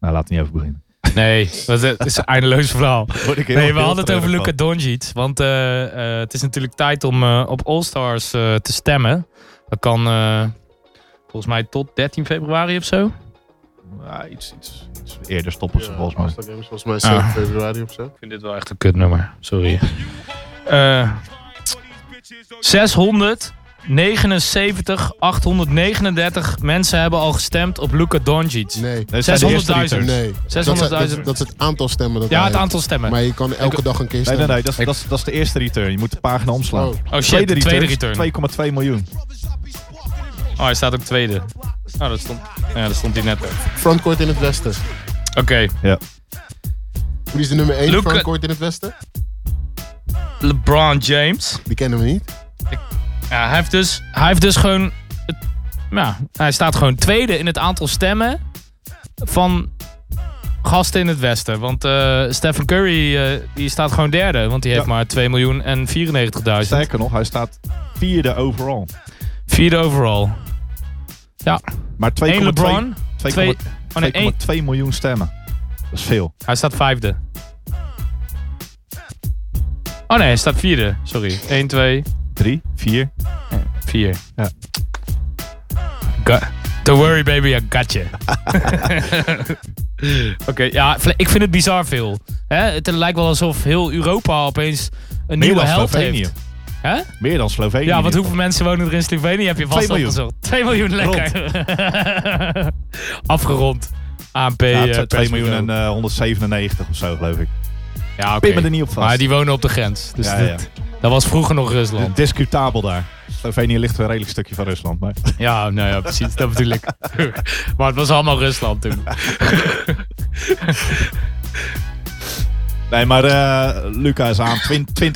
Nou, laat het niet over beginnen.
Nee, dat is- dat is een eindeloos verhaal.
Word ik heel
Nee, we
veel
hadden het over
treurig
Luca
van.
Doncic. Want eh, eh, het is natuurlijk tijd om eh, op All-Stars eh, te stemmen. Dat kan eh, volgens mij tot 13 februari of zo.
Ja, iets, iets, iets eerder stoppen ze volgens mij.
Amsterdam Games, volgens mij 7
Ah.
februari of zo.
Ik vind dit wel echt een kutnummer. Sorry. Eh 679, 839 mensen hebben al gestemd op Luca Doncic.
Nee.
Nee, het zijn de eerste
600.000.
returns.
Nee. Dat, zijn-
600.000.
dat, dat is het aantal stemmen dat
Ja,
hij
het
heeft.
aantal stemmen.
Maar je kan elke dag een keer
Nee,
stemmen.
nee, nee, dat is, dat, is, dat is de eerste return. Je moet de pagina omslaan.
Oh.
Oh shit, de tweede return.
2,2 miljoen.
Oh, hij staat ook tweede. Oh, dat stond, ja, dat stond hij net ook. Oké.
Frontcourt in het westen.
Ja.
Wie is de nummer 1
Luca-
frontcourt in het westen?
LeBron James.
Die kennen we niet.
Ja, hij heeft dus, hij heeft dus gewoon. Het, ja, hij staat gewoon tweede in het aantal stemmen van gasten in het Westen. Want eh, Stephen Curry eh, die staat gewoon derde. Want die heeft
Ja.
maar 2 miljoen en 94.000.
Sterker nog, hij staat vierde overall.
Vierde overall.
Maar 2,2
Eén LeBron.
2,2
Twee- oh nee, één-
2,2 miljoen stemmen. Dat is veel.
Hij staat vijfde. Oh nee, hij staat vierde. Sorry. 1, 2,
Drie, vier.
4.
Ja.
Ga- Don't worry baby, I got you. Oké, ja, vle- ik vind het bizar veel. Hè? Het lijkt wel alsof heel Europa opeens een
Meer
nieuwe
dan
held
Slovenië.
heeft. Hè?
Meer dan Slovenië.
Ja,
in
want
ieder
hoeveel mensen wonen er in Slovenië? Heb je vast
Twee miljoen.
opgezocht. 2 miljoen, lekker. Afgerond. ANP.
geval.
eh,
Ja, tw- 2 miljoen eh, en
persbureau.
eh, 197 of zo, geloof ik.
Ja, oké.
Pin me er niet op vast.
Maar die wonen op de grens. Dus
Ja, ja.
Dat, dat was vroeger nog Rusland.
Discutabel daar. Slovenië ligt weer een redelijk stukje van Rusland. Maar
Ja, nou ja, precies, dat bedoel ik. maar het was allemaal Rusland toen.
Nee, maar eh, Luca is aan. Twin-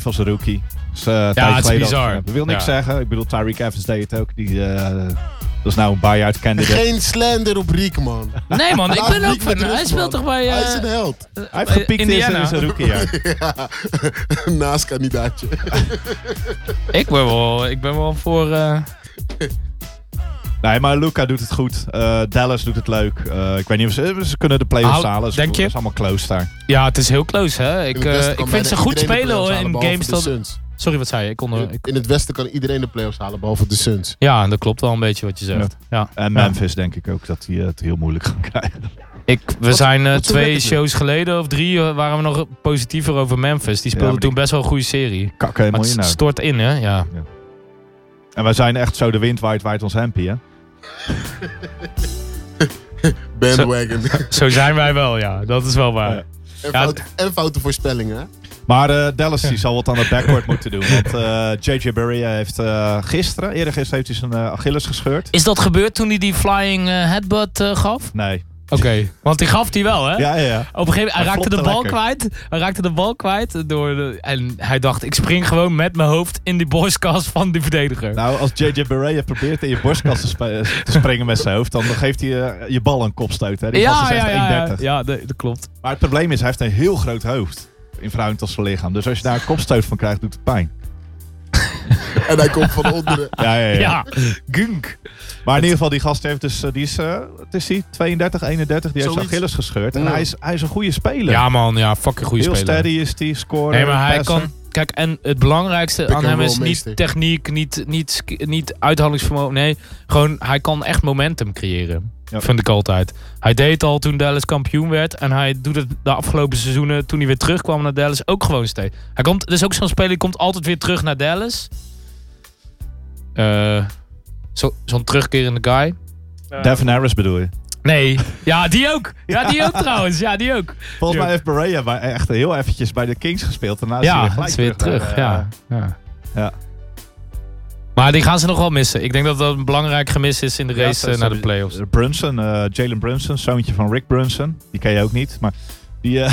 20-5-5 als rookie. Dus, eh, tijd
het is
geleden
bizar.
had- Dat wil niks
Ja.
zeggen. Ik bedoel, Tyreek Evans deed het ook. Die, eh, dat is nou een buy-out candidate.
Geen slander op Riek, man.
Nee man, ik
Laat
ben
Riek
ook
met
van... Hij
rust, man.
speelt toch bij...
Hij is
eh
een held.
Hij heeft gepiekt in zijn
Indiana.
in zijn rookiejaar.
Naast kandidaatje.
ik, ben wel, ik ben wel voor... eh,
nee, maar Luca doet het goed. Eh, Dallas doet het leuk. Eh, ik weet niet of ze... Ze kunnen de play-offs
Nou,
halen. Ze-
denk je?
Het is allemaal close daar.
ja, het is heel close hè. Ik,
In het
eh,
westen kan
ik vind
bijna
ze goed
iedereen de
spelen
playoffs
hoor,
halen,
in
behalve
games
de
dat...
Suns.
Sorry, wat zei je? Ik kon, er- ik-
In het westen kan iedereen de playoffs halen, behalve de Suns.
ja, dat klopt wel een beetje wat je zegt. Ja.
En
Ja.
Memphis denk ik ook dat die eh, het heel moeilijk gaan krijgen.
Ik, we zijn eh,
wat toen werd
twee
het
shows geleden of drie eh, waren we nog positiever over Memphis. Die speelden
maar die-
toen best wel een goede serie.
Kakken
Maar
helemaal in
het
nou.
stort in hè, ja.
En wij zijn echt zo de wind waait, waait ons hempie hè.
Bandwagon.
Zo zijn wij wel ja, dat is wel waar.
Ja.
en,
Ja,
foute, en foute voorspellingen. hè?
Maar eh, Dallas die zal wat aan de backcourt moeten doen. Want eh, JJ Barry heeft eh gisteren, eerder gisteren heeft hij zijn eh, Achilles gescheurd.
Is dat gebeurd toen hij die flying eh, headbutt eh, gaf?
Nee.
Oké, want die gaf die wel, hè?
Ja, ja, ja.
Op een gegeven moment, hij
Hij
raakte de
flopte
bal
lekker.
kwijt. Hij raakte de bal kwijt. Door de, en hij dacht, ik spring gewoon met mijn hoofd in die boyscast van die verdediger.
Nou, als JJ Barry probeert in je borstkast te, spe- te springen met zijn hoofd, dan geeft hij eh, je bal een kopstoot. Hè. Die gast is echt
ja,
1,30.
ja, nee, dat klopt.
Maar het probleem is, hij heeft een heel groot hoofd in verhouding tot zijn lichaam. Dus als je daar een kopstoot van krijgt, doet het pijn.
En hij komt van onderen.
Ja, ja, ja.
Ah, Ja, gunk.
Maar in ieder geval, die gast heeft dus, eh, die is, eh, wat is die? 32, 31, die heeft zijn
Zoiets.
Achilles gescheurd. En
Ja.
hij is, hij is een goede speler.
Ja man, ja, fucking goede
heel
speler.
steady is die, scoren.
Nee, maar hij
passer.
kan, Kijk, en het belangrijkste
Pick
aan
and
hem
roll
is
meester.
niet techniek, niet, niet, sk- niet uithoudingsvermogen. Nee, gewoon hij kan echt momentum creëren.
Ja.
Vind ik altijd. Hij deed het al toen Dallas kampioen werd. En hij doet het de afgelopen seizoenen toen hij weer terugkwam naar Dallas ook gewoon steeds. Hij komt, dus ook zo'n speler die komt altijd weer terug naar Dallas. Eh, zo- Zo'n terugkerende guy.
Devin Harris bedoel je?
Nee. Ja, die ook. Ja, die ook trouwens. Ja, die ook.
Volgens
Ja.
mij heeft Berea maar echt heel eventjes bij de Kings gespeeld.
Ja,
Daarna is hij
het is weer terug.
eh,
ja. Ja.
ja.
Maar die gaan ze nog wel missen. Ik denk dat dat een belangrijk gemis is in de
Ja,
race
zo-
eh, naar
zo-
de playoffs.
Brunson, eh, Jalen Brunson, zoontje van Rick Brunson. Die ken je ook niet, maar die eh,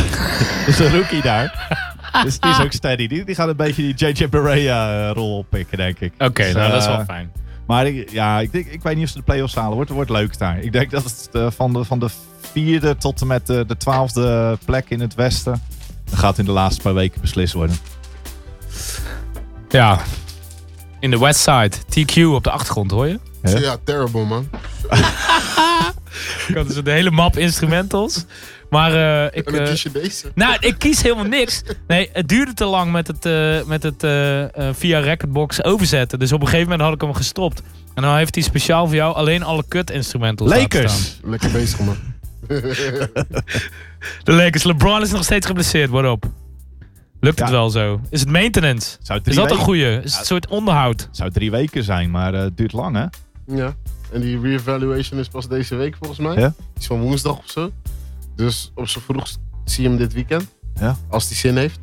is een rookie daar. Dus die is ook steady. Die, die gaat een beetje die JJ Barea eh, rol oppikken, denk ik.
Oké,
Dus,
nou dat is wel
eh,
fijn.
Maar ik, ja, ik, denk, ik weet niet of ze de play-offs halen. Wordt, wordt leuk daar. Ik denk dat het eh, van, de, van de vierde tot en met de, de twaalfde plek in het westen... dat gaat in de laatste paar weken beslist worden.
Ja. In de website. TQ op de achtergrond, hoor je?
Hè?
Ja, terrible man.
Ik had dus een hele map instrumentals. Maar eh, ik...
En dan
eh,
kies je deze.
nou, ik kies helemaal niks. Nee, het duurde te lang met het, eh, met het eh, eh, via Recordbox overzetten. Dus op een gegeven moment had ik hem gestopt. En dan heeft hij speciaal voor jou alleen alle kut-instrumentals laten staan.
Lakers!
Lekker bezig man.
De Lakers. LeBron is nog steeds geblesseerd. What op? Lukt het
Ja.
wel zo? Is het maintenance?
Zou drie
Is dat een
weken-
goeie? Is het een soort onderhoud?
zou drie weken zijn, maar eh, het duurt lang, hè?
Ja. En die re-evaluation is pas deze week volgens mij.
Ja.
Die is van woensdag of zo. Dus op z'n vroegst zie je hem dit weekend.
Ja.
Als hij zin heeft.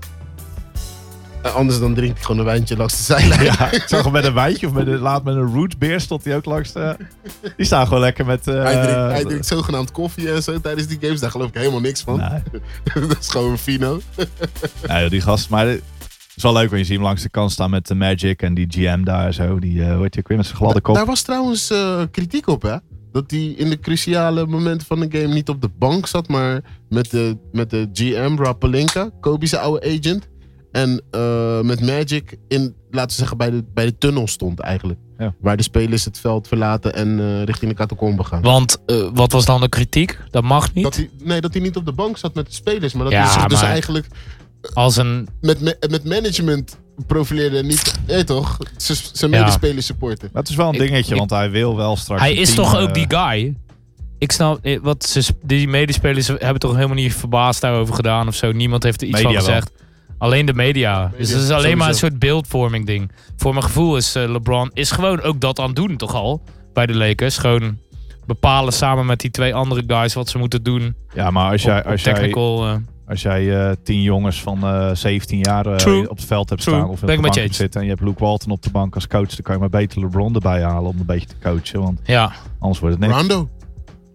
En anders dan drinkt hij gewoon een wijntje langs de zijlijn.
Ja, ik zag hem met een wijntje of met een, laat met een rootbeer stond hij ook langs. De, die staan gewoon lekker met... eh,
hij, drinkt, hij drinkt zogenaamd koffie en zo tijdens die games. Daar geloof ik helemaal niks van.
Nee,
dat is gewoon een fino.
nee, joh, die gast, maar het is wel leuk, want je ziet hem langs de kant staan met de Magic en die GM daar zo. Die eh wordt je ook weer met zijn gladde kop.
Daar was trouwens eh, kritiek op, hè? Dat hij in de cruciale momenten van de game niet op de bank zat, maar met de, met de GM, Rapalinka, Kobe zijn oude agent. En eh, met Magic in, laten we zeggen, bij de, bij de tunnel stond eigenlijk.
Ja.
Waar de spelers het veld verlaten en eh, richting de catacombe gaan.
Want eh, wat was dan de kritiek? Dat mag niet.
Dat hij, nee, dat hij niet op de bank zat met de spelers, maar dat
Ja,
hij zich dus
maar-
eigenlijk
Als een...
met, ma- met management profileerde en niet, nee toch, zijn- zijn
Ja.
medespelers supporten.
Maar het is wel een
Ik-
dingetje,
ik-
want hij wil wel straks...
Hij
een
is
team,
toch
eh,
ook die guy? Ik snap... eh, Wat ze, sp- die medespelers hebben toch helemaal niet verbaasd daarover gedaan of zo. Niemand heeft er iets
Media
van
wel.
gezegd. Alleen de media. Dus het is alleen maar een
sowieso.
soort beeldvorming ding. Voor mijn gevoel is eh, LeBron is gewoon ook dat aan het doen toch al. Bij de Lakers. Gewoon bepalen samen met die twee andere guys wat ze moeten doen.
Ja, maar als jij,
op, op
als jij,
technical... eh,
als jij eh, tien jongens van eh, 17 jaar eh,
True.
op het veld hebt
True.
staan of op
Ben
de
ik met
bank
je
hebt
eens.
zitten en je hebt Luke Walton op de bank als coach, dan kan je maar beter LeBron erbij halen om een beetje te coachen, want
ja.
anders wordt het niks.
Rondo.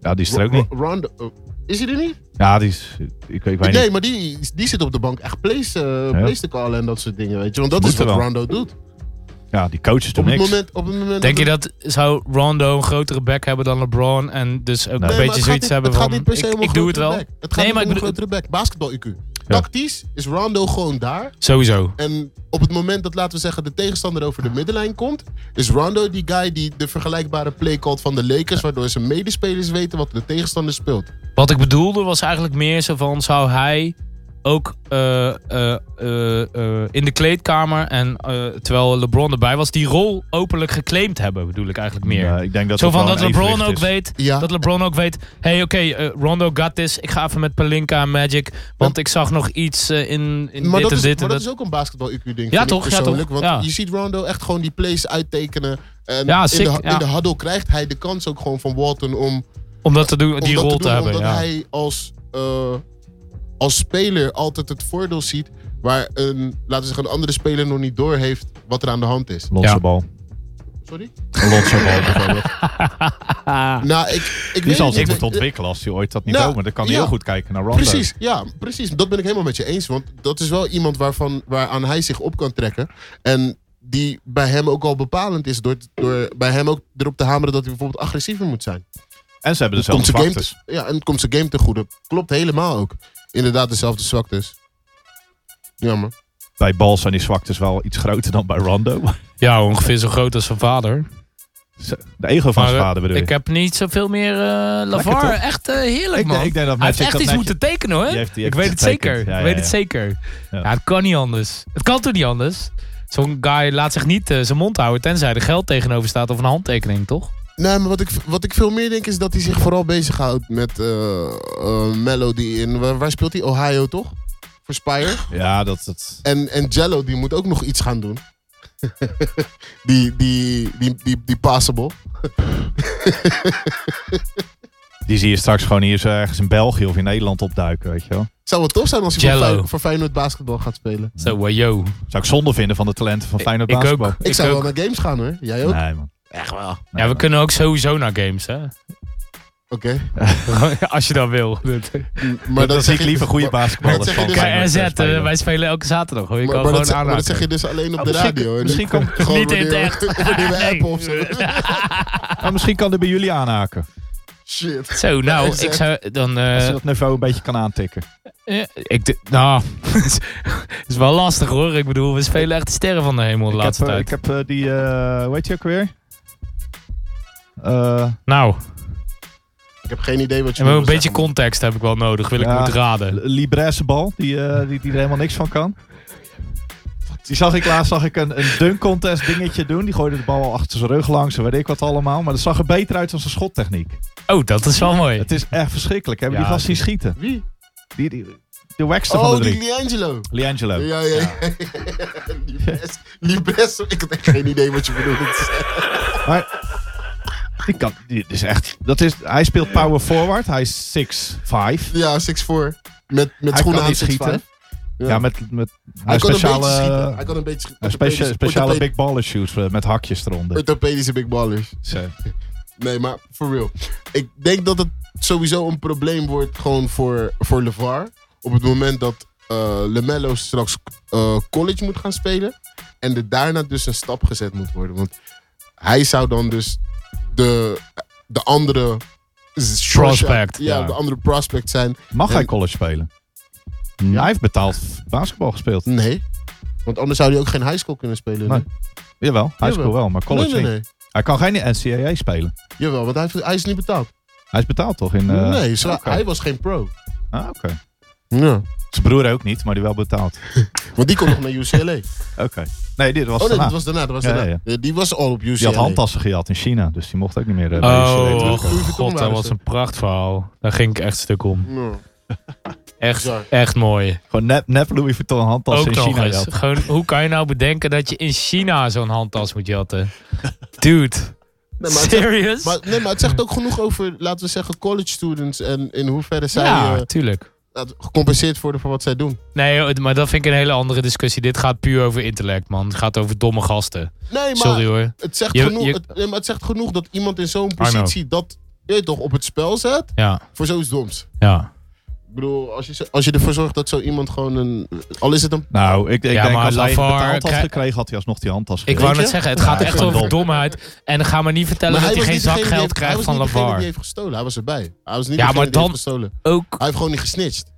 Ja, die is er ook
Ro-
niet.
Ro- Rondo. eh, Is hij er niet?
Ja, die is. Ik, ik weet
nee,
niet.
maar die, die zit op de bank echt plays, eh, plays te callen en dat soort dingen, weet je. Want dat
Moet
is wat
er wel.
Rondo doet.
Ja, die coaches doen
Op het,
niks.
moment, op het moment
Denk je dat zou Rondo een grotere back hebben dan LeBron en dus ook
Nee,
een
maar
beetje zoiets hebben
het
van
Gaat niet per se
ik,
om
ik
een
doe het
grotere
wel.
Back. Het gaat
nee,
niet
maar
om
ik
een
bedoel
grotere back. Basketbal IQ. Tactisch is Rondo gewoon daar.
sowieso.
En op het moment dat, laten we zeggen, de tegenstander over de middenlijn komt, is Rondo die guy die de vergelijkbare play called van de Lakers, waardoor zijn medespelers weten wat de tegenstander speelt.
Wat ik bedoelde was eigenlijk meer zo van zou hij ook eh, eh, eh, eh, in de kleedkamer en eh, terwijl LeBron erbij was die rol openlijk geclaimd hebben bedoel ik eigenlijk meer.
Ja, ik denk dat
Zo
het
van
wel
dat
een
LeBron
evenwicht
ook
is.
weet.
Ja.
Dat LeBron ook weet. hey, oké, eh, Rondo got this. Ik ga even met Pelinka en Magic. Want ik zag nog iets eh, in, in
Maar,
dit
dat
en
is,
dit. en
maar dat
dat.
is ook een basketbal IQ ding.
Ja,
vind ik
toch? Ja,
persoonlijk,
toch?
Want
Ja.
je ziet Rondo echt gewoon die plays uittekenen. En
Ja,
in,
sick,
de,
ja.
in de huddle krijgt hij de kans ook gewoon van Walton om,
om dat te doen,
om
die
dat
rol te,
doen,
hebben.
Omdat
ja.
hij als, eh, als speler altijd het voordeel ziet waar een, laten we zeggen, een andere speler nog niet door heeft wat er aan de hand is.
Lonzo
Ja.
bal.
Sorry?
Lonzo bal bijvoorbeeld.
Nou, ik, ik
Ah. Die
weet
zal
het
zich
niet.
moeten ontwikkelen als hij ooit dat
Nou,
niveau. maar dan kan hij
ja.
heel goed kijken naar Rondo.
Precies, ja, precies. Dat ben ik helemaal met je eens. Want dat is wel iemand waarvan, waaraan hij zich op kan trekken. En die bij hem ook al bepalend is. Door, door bij hem ook erop te hameren dat hij bijvoorbeeld agressiever moet zijn.
En ze hebben
Komt
dezelfde
zijn game
zwaktes.
te, ja, en het komt zijn game ten goede. Klopt helemaal ook. Inderdaad, dezelfde zwaktes. Jammer.
Bij Bal zijn die zwaktes wel iets groter dan bij Rondo.
Ja, ongeveer zo groot als zijn vader.
De ego van
Maar,
zijn
eh,
vader bedoel
ik
je?
heb niet zoveel meer eh Lavar.
Lekker, toch?
echt eh, heerlijk,
Ik
man.
denk- ik denk dat
Hij heeft
Magic
echt
dat
iets
Magic-
moeten tekenen, hoor.
Die heeft- die
ik
heeft
weet
het
het
getekend.
zeker. ik
Ja, ja,
weet
ja.
het zeker.
Ja.
Ja. het kan niet anders. Het kan toch niet anders? Zo'n guy laat zich niet eh, zijn mond houden, tenzij er geld tegenover staat of een handtekening, toch?
Nee, maar wat ik, wat ik veel meer denk is dat hij zich vooral bezighoudt met eh, eh, Melody. In, waar, waar speelt hij? Ohio, toch? Voor Spire.
Ja, dat, dat...
En, en Jello, die moet ook nog iets gaan doen. die, die, die, die, die passable.
Die zie je straks gewoon hier zo ergens in België of in Nederland opduiken, weet je wel.
Zou het tof zijn als hij voor,
Jello.
Fey- voor Feyenoord basketbal gaat spelen?
Zo, wow, yo.
Zou ik zonde vinden van de talenten van Feyenoord
ik ook.
basketbal.
Ik, zou
ook.
wel naar games gaan hoor. Jij ook?
Nee, man.
Echt wel. Oké.
Nee,
Ja, we
man.
kunnen ook sowieso naar games, hè? Als je dat wil.
Maar
Dan zie ik liever goede
maar-
basketballers
dat zeg je
van
dus-
Bij
Feyenoord,
RZ,
eh,
eh,
spelen.
wij spelen elke zaterdag, hoor. Je
Maar,
kan
maar dat,
gewoon
zeg, maar dat zeg
aanhaken.
je dus alleen op
Oh,
de
misschien-
radio. en
misschien
niet-
komt-
gewoon
niet in het
wanneer-
echt.
wanneer we appen of zo.
Maar misschien kan er bij jullie aanhaken.
Shit.
Zo, nou,
RZ.
ik zou dan... eh,
Als je dat niveau een beetje kan aantikken.
Ja, ik d- nou, het is wel lastig hoor. Ik bedoel, we spelen echt de sterren van de hemel de
Ik heb,
laatste
eh,
tijd.
ik heb eh, die, eh, hoe heet die ook weer? Eh,
nou,
Ik heb geen idee wat je
en wel
wil
een beetje
zeggen.
context heb ik wel nodig, wil
Ja.
ik moeten raden.
Libresse bal, die, eh, die, die er helemaal niks van kan. Die zag ik laatst zag ik een, een dunk contest dingetje doen. Die gooide de bal achter zijn rug langs en weet ik wat allemaal. Maar dat zag er beter uit dan zijn schottechniek.
Oh, dat is wel mooi.
Het is echt verschrikkelijk. Hebben
Ja,
die gast zien schieten?
Wie?
Die, die, de waxter van
Oh,
de
die
drie.
Liangelo.
Liangelo.
Ja, ja, ja. Libres. Libres. Ik had echt geen idee wat je bedoelt.
Maar die kan, die is echt, dat is, hij speelt power forward. Hij is 6'5".
Ja, 6-4. Met, met
Hij
schoenen
kan
aan
niet
6'5.
schieten. Ja, met, met hij
Hij
heeft
kan een beetje
speciale,
schieten. Hij kan een beetje schieten.
een specia- speciale
Orthopedische-
big baller shoes eh, met hakjes eronder.
Orthopedische big ballers.
Zo.
Nee, maar for real. Ik denk dat het sowieso een probleem wordt gewoon voor, voor LeVar. Op het moment dat eh LeMelo straks eh, college moet gaan spelen. En er daarna dus een stap gezet moet worden. Want hij zou dan dus de, de andere...
Prospect,
Ja,
ja.
de andere prospect zijn.
Mag hij
En-
college spelen? Hij heeft betaald basketbal gespeeld.
Nee. Want anders zou hij ook geen high school kunnen spelen.
Nee,
Nee,
Jawel, high school
Jawel.
wel, maar college
nee, nee.
niet.
nee.
Hij kan geen NCAA spelen.
Jawel, want hij, heeft- hij is niet betaald.
Hij is betaald toch? In, eh,
nee, zo-
oké.
hij was geen pro.
Ah, oké.
Ja.
Zijn broer ook niet, maar die wel betaald.
Want die kon nog naar UCLA.
Oké. Nee, dit was
Oh nee,
daarna.
dat Oh, was daarna. Dat was
Ja,
daarna.
ja,
Eh, Die was al op UCLA.
Die had handtassen gejat in China, dus die mocht ook niet meer. eh, bij UCLA
Oh,
terugkomen.
Louis Vuitton
god, dat
waren
was
ze.
een prachtverhaal. Daar ging ik echt stuk om.
Ja.
Echt,
Bizar.
echt mooi.
Gewoon nep, nep Louis Vuitton handtassen
Ook
in
nog
China.
eens.
gejat.
Gewoon, hoe kan je nou bedenken dat je in China zo'n handtas moet jatten? Dude,
Nee, maar, het zegt,
serious?
maar, nee, maar het zegt ook genoeg over, laten we zeggen, college students. En in hoeverre zij
Ja,
eh,
tuurlijk.
laat- gecompenseerd worden voor wat zij doen.
Nee, joh, maar dat vind ik een hele andere discussie. Dit gaat puur over intellect, man. Het gaat over domme gasten.
Nee, maar,
Sorry hoor.
het zegt
Je-
genoeg,
je-
het, nee, maar het zegt genoeg dat iemand in zo'n positie dat je weet toch, op het spel zet
Ja,
voor zoiets doms.
ja.
Ik bedoel, als je, zo- als je ervoor zorgt dat zo iemand gewoon een... Al is het een...
Nou, ik, ik
Ja,
denk
maar
als hij
Lavar
betaald had
krijg-
gekregen, had hij alsnog die handtas
Ik
gejat.
wou
je?
net zeggen, het gaat
Ja,
echt
gewoon
over
dom.
domheid. En ga me niet vertellen dat hij
was
geen
niet degene
zak
die
geld
heeft- hij
krijgt
was
van
niet degene die
Lavar.
heeft gestolen. Hij was erbij. Hij was niet
Ja,
degene
maar
die
dan-
heeft gestolen.
Ook.
Hij
Oké,
heeft gewoon niet gesnitcht.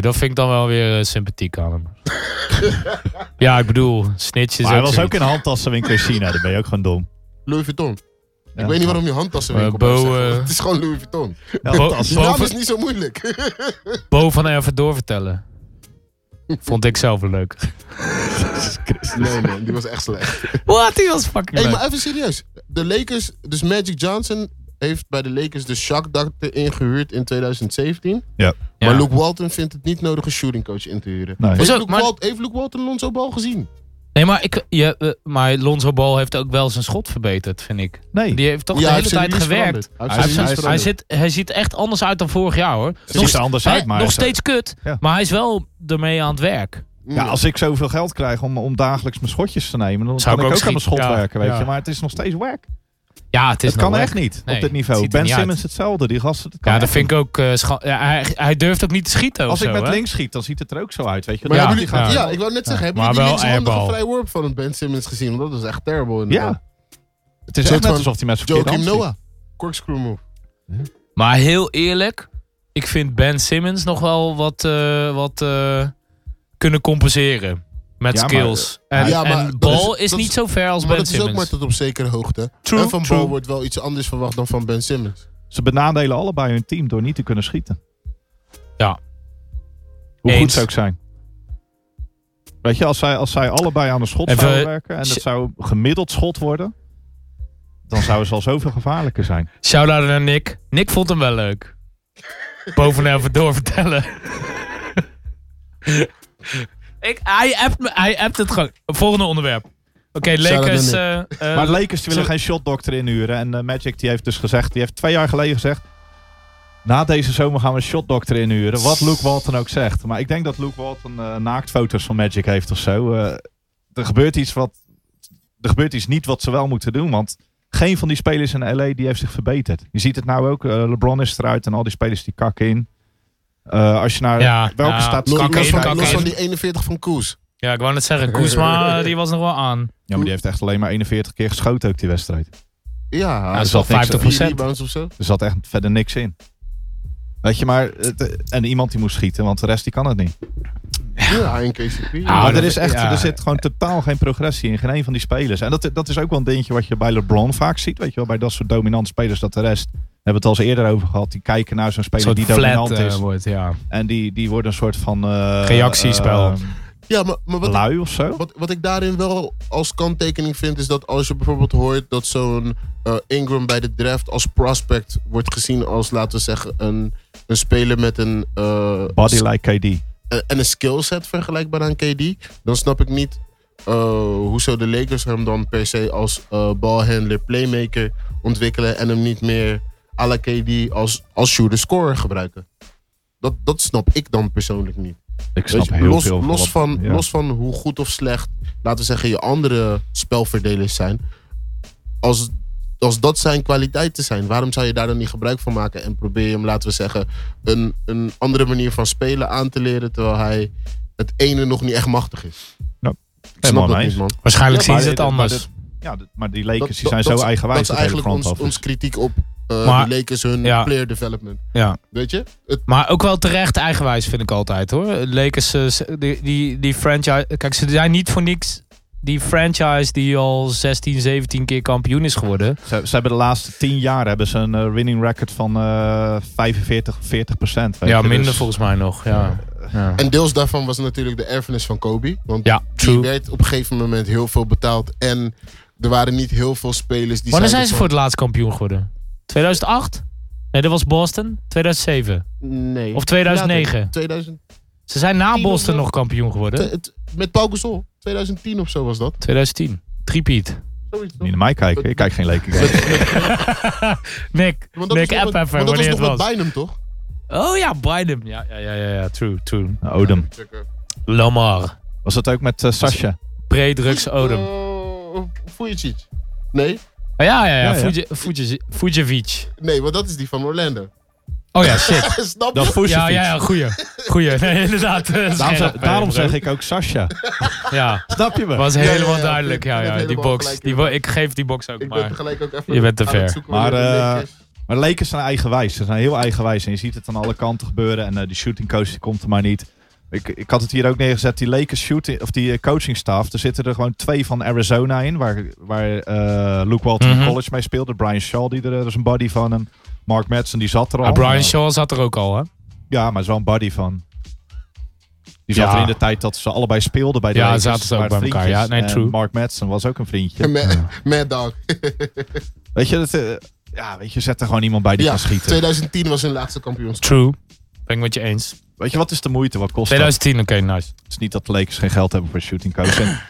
dat vind ik dan wel weer eh, sympathiek aan hem. ja, ik bedoel, snitches.
Maar hij was ook
zoiets.
in een handtassenwinkel in China, dan ben je ook gewoon dom.
Louis Vuitton.
Ja.
Ik weet niet waarom je handtassenwinkel
Eh, Bo,
hebt, zeg maar.
eh,
Het is gewoon Louis Vuitton.
Bo-
Ja, handtas.
Die
Bo
naam
van-
is niet zo moeilijk.
Bo van Erven doorvertellen. Vond ik zelf wel leuk.
nee man, die was echt slecht.
Wat? Die was fucking
Hey,
leuk.
maar even serieus. De Lakers, dus Magic Johnson heeft bij de Lakers de Shaq Doctor ingehuurd in 2017.
Ja.
Maar Luke Walton vindt het niet nodig een shooting coach in te huren.
Nee.
Heeft,
Hoezo?
Luke
Maar-
Walt- heeft Luke Walton Lonzo Ball gezien?
Nee, maar, ik, je, eh, maar Lonzo Ball heeft ook wel zijn schot verbeterd, vind ik.
Nee.
Die heeft toch de
hij
hele
heeft zijn
tijd
release veranderd.
gewerkt.
Hij
Hij
heeft
is-
zijn
Hij,
hij
release
hij,
is-
veranderd.
zit, hij ziet er echt anders uit dan vorig jaar hoor.
Het ziet er anders uit,
hè,
maar...
nog steeds kut,
Ja.
maar hij is wel ermee aan het werk.
Ja, als ik zoveel geld krijg om, om dagelijks mijn schotjes te nemen, dan
Zou
kan
ik
ik ook
ook
aan mijn schot
schieten. Ja,
werken, weet
ja.
je. Maar het is nog steeds werk.
Ja, het is
Het kan
nog
echt
weg.
niet
Nee,
op dit
het
niveau.
ziet er
Ben
niet
Simmons hetzelfde, die gasten. dat kan
Ja, dat
echt
vind ik ook eh, scha- ja, hij, hij durft ook niet te schieten
niet. Als
of
ik
zo,
met
hè?
links schiet, dan ziet het er ook zo uit, weet je.
Maar
Ja,
hebben
die
jullie-
gaat-
ja,
ja.
ik wou net zeggen, hebben
Maar
jullie die
wel
linkshandige
airball.
vrije worp van een Ben Simmons gezien? Want dat is echt terrible
ja.
inderdaad.
Het is
Soort
echt net
van
alsof die mensen verkeerd
Joakim
hand schieten.
Noah, corkscrew move.
Maar heel eerlijk, ik vind Ben Simmons nog wel wat, eh, wat eh, kunnen compenseren. met
Ja, maar-
skills. en
Ja, maar
en
dat
Ball
is-
is,
dat is-
niet zo ver als
Maar
Ben
dat is ook
Simmons.
maar tot op zekere hoogte.
True,
en van
true.
Ball wordt wel iets anders verwacht dan van Ben Simmons.
Ze benadelen allebei hun team door niet te kunnen schieten.
Ja.
Hoe goed
Eens.
zou ik zijn? Weet je, als zij, als zij allebei aan een schot
Even-
zouden werken en
Sh-
het zou gemiddeld schot worden, dan zouden ze al zoveel gevaarlijker zijn.
Shout-out naar Nick. Nick vond hem wel leuk. Bovenaan even doorvertellen. Ik, hij, appt, me- hij appt het gewoon. Volgende onderwerp. Oké,
Shout-out
Lakers.
naar
eh, eh,
Maar Lakers die willen
zo-
geen shotdokter inhuren. En eh, Magic die heeft dus gezegd, die heeft twee jaar geleden gezegd... Na deze zomer gaan we een shotdokter inhuren. Wat Luke Walton ook zegt. Maar ik denk dat Luke Walton eh naaktfoto's van Magic heeft of zo. Eh, er gebeurt iets wat... Er gebeurt iets niet wat ze wel moeten doen. Want geen van die spelers in LA die heeft zich verbeterd. Je ziet het nou ook. eh, LeBron is eruit en al die spelers die kakken in. Eh, als je naar
Ja,
welke
ja.
staat...
Los,
Kakken
los
in,
van,
kakken
los
in.
van die 41 van Koes.
ja, ik wou net zeggen. Koesma, die was nog wel aan.
Ja, maar die heeft echt alleen maar 41 keer geschoten ook die wedstrijd.
Ja,
dat is
zat
wel
niks-
50%.
vier rebounds of zo.
Er zat echt verder niks in. Weet je, maar... het- en iemand die moest schieten, want de rest die kan het niet.
Ja, in KCP.
Ah,
maar
dat-
er, is echt,
ja.
er zit gewoon totaal geen progressie in. Geen een van die spelers. En dat, dat is ook wel een dingetje wat je bij LeBron vaak ziet. Weet je wel, bij dat soort dominante spelers. Dat de rest, we hebben het al eens eerder over gehad. Die kijken naar zo'n
Een
speler
soort
die
flat
dominant
eh,
is.
wordt, ja.
En die, die wordt een soort van... eh,
Reactiespel.
eh,
Ja, maar, maar wat,
lui of zo.
Wat, wat ik daarin wel als kanttekening vind, is dat als je bijvoorbeeld hoort dat zo'n eh, Ingram bij de draft als prospect wordt gezien als, laten we zeggen, een, een speler met een. eh,
Body
s-
like KD.
eh, en een skillset vergelijkbaar aan KD, dan snap ik niet eh hoezo de Lakers hem dan per se als eh balhandler, playmaker ontwikkelen en hem niet meer à la KD als, als shooter-scorer gebruiken. Dat, dat snap ik dan persoonlijk niet.
Ik
Weet
snap
je,
heel
los,
veel.
los,
wat-
van,
ja.
los van hoe goed of slecht, laten we zeggen, je andere spelverdelers zijn. Als, als dat zijn kwaliteiten zijn, waarom zou je daar dan niet gebruik van maken? En probeer je hem, laten we zeggen, een, een andere manier van spelen aan te leren. Terwijl hij het ene nog niet echt machtig is.
Ja,
Ik snap dat
mee
niet, man.
Waarschijnlijk
Maar
zien ze het
dit- maar
anders.
dit- Ja, dit- maar die
Dat-
Lakers die
dat-
zijn
dat-
zo eigenwijs.
Dat is
het hele
eigenlijk ons,
front office.
ons kritiek op eh
Maar-
de Lakers, hun
ja.
player development.
Ja.
Weet je? Het,
Maar ook wel terecht eigenwijs vind ik altijd hoor. Lakers, eh, ze- die, die, die franchise... Kijk, ze zijn niet voor niks die franchise die al 16, 17 keer kampioen is geworden.
Ze, ze hebben de laatste tien jaar hebben ze een eh, winning record van eh 45, 40 procent. dus
Ja, minder volgens mij nog. Ja, ja.
En deels daarvan was natuurlijk de erfenis van Kobe. Want
Ja,
die
true.
werd op een gegeven moment heel veel betaald. En er waren niet heel veel spelers die. dus
Wanneer zijn
zeiden
ze voor het laatst kampioen geworden? 2008? Nee, dat was Boston. 2007.
van, nee.
Of 2009?
Later, 2000,
Ze zijn na
10
Boston
of zo.
nog kampioen geworden.
het, met Paul Gasol. 2010 of zo was dat.
2010. Tripeat.
Zoiets toch?
Niet naar mij kijken. Ik kijk geen Lakers.
Nick,
Want dat
Nick
was nog met- want
app even
dat
wanneer
was
het
nog met
was.
Bynum, toch?
Oh ja, Biden. Ja, ja, ja, ja, ja. True, true.
Odom.
Lamar.
Eh, Was dat ook met eh, Sasha?
Pre-drugs Odom.
Eh, Vujicic. Nee,
Ja, ja, ja.
Ja, ja.
Fuji- Fuji- Fujevic.
nee, want dat is die van Orlando.
Oh ja, shit.
Snap
Dat
je?
Fusevic.
ja, ja, ja, goeie. Goeie. Nee, inderdaad.
Daarom,
Scherp,
zeg- daarom
eh,
zeg
bro.
ik ook Sasha.
Ja,
Snap je me?
was
ja,
helemaal
ja,
duidelijk.
ik
Ja,
ben het
ja, die
helemaal
box.
gelijk
Die bo- ik geef die box ook
Ik ben
maar.
tegelijk ook even.
Je bent te
aan het
ver.
zoeken
Maar,
wanneer de
eh,
Lakers-
Maar Lakers zijn eigenwijs. Ze zijn heel eigenwijs. En je ziet het aan alle kanten gebeuren. En eh, die shooting coach die komt er maar niet. Ik, ik had het hier ook neergezet. Die Lakers shooting, of die eh, coaching staff. Er zitten er gewoon twee van Arizona in. Waar, waar eh, Luke Walton
Mhm.
college mee speelde. Brian Shaw, die er, dat is een buddy van hem. Mark Madsen, die zat er al.
Maar Ah, Brian
Eh,
Shaw zat er ook al, hè?
Ja, maar zo'n buddy van. Die zat
Ja.
er in de tijd dat ze allebei speelden bij de
Ja,
Lakers.
zaten ze ook
waren
bij elkaar.
vriendjes.
Ja, nee,
En
true.
Mark Madsen was ook een vriendje.
Mad, Mad Dog.
Weet je, dat, eh, ja, weet je, zet er gewoon iemand bij die
Ja,
kan schieten.
2010 was hun laatste kampioenschap.
True. Ben ik met je eens.
Weet je, wat is de moeite? Wat kost dat?
2010, oké, nice.
Het is niet dat de Lakers geen geld hebben voor een shooting coach. En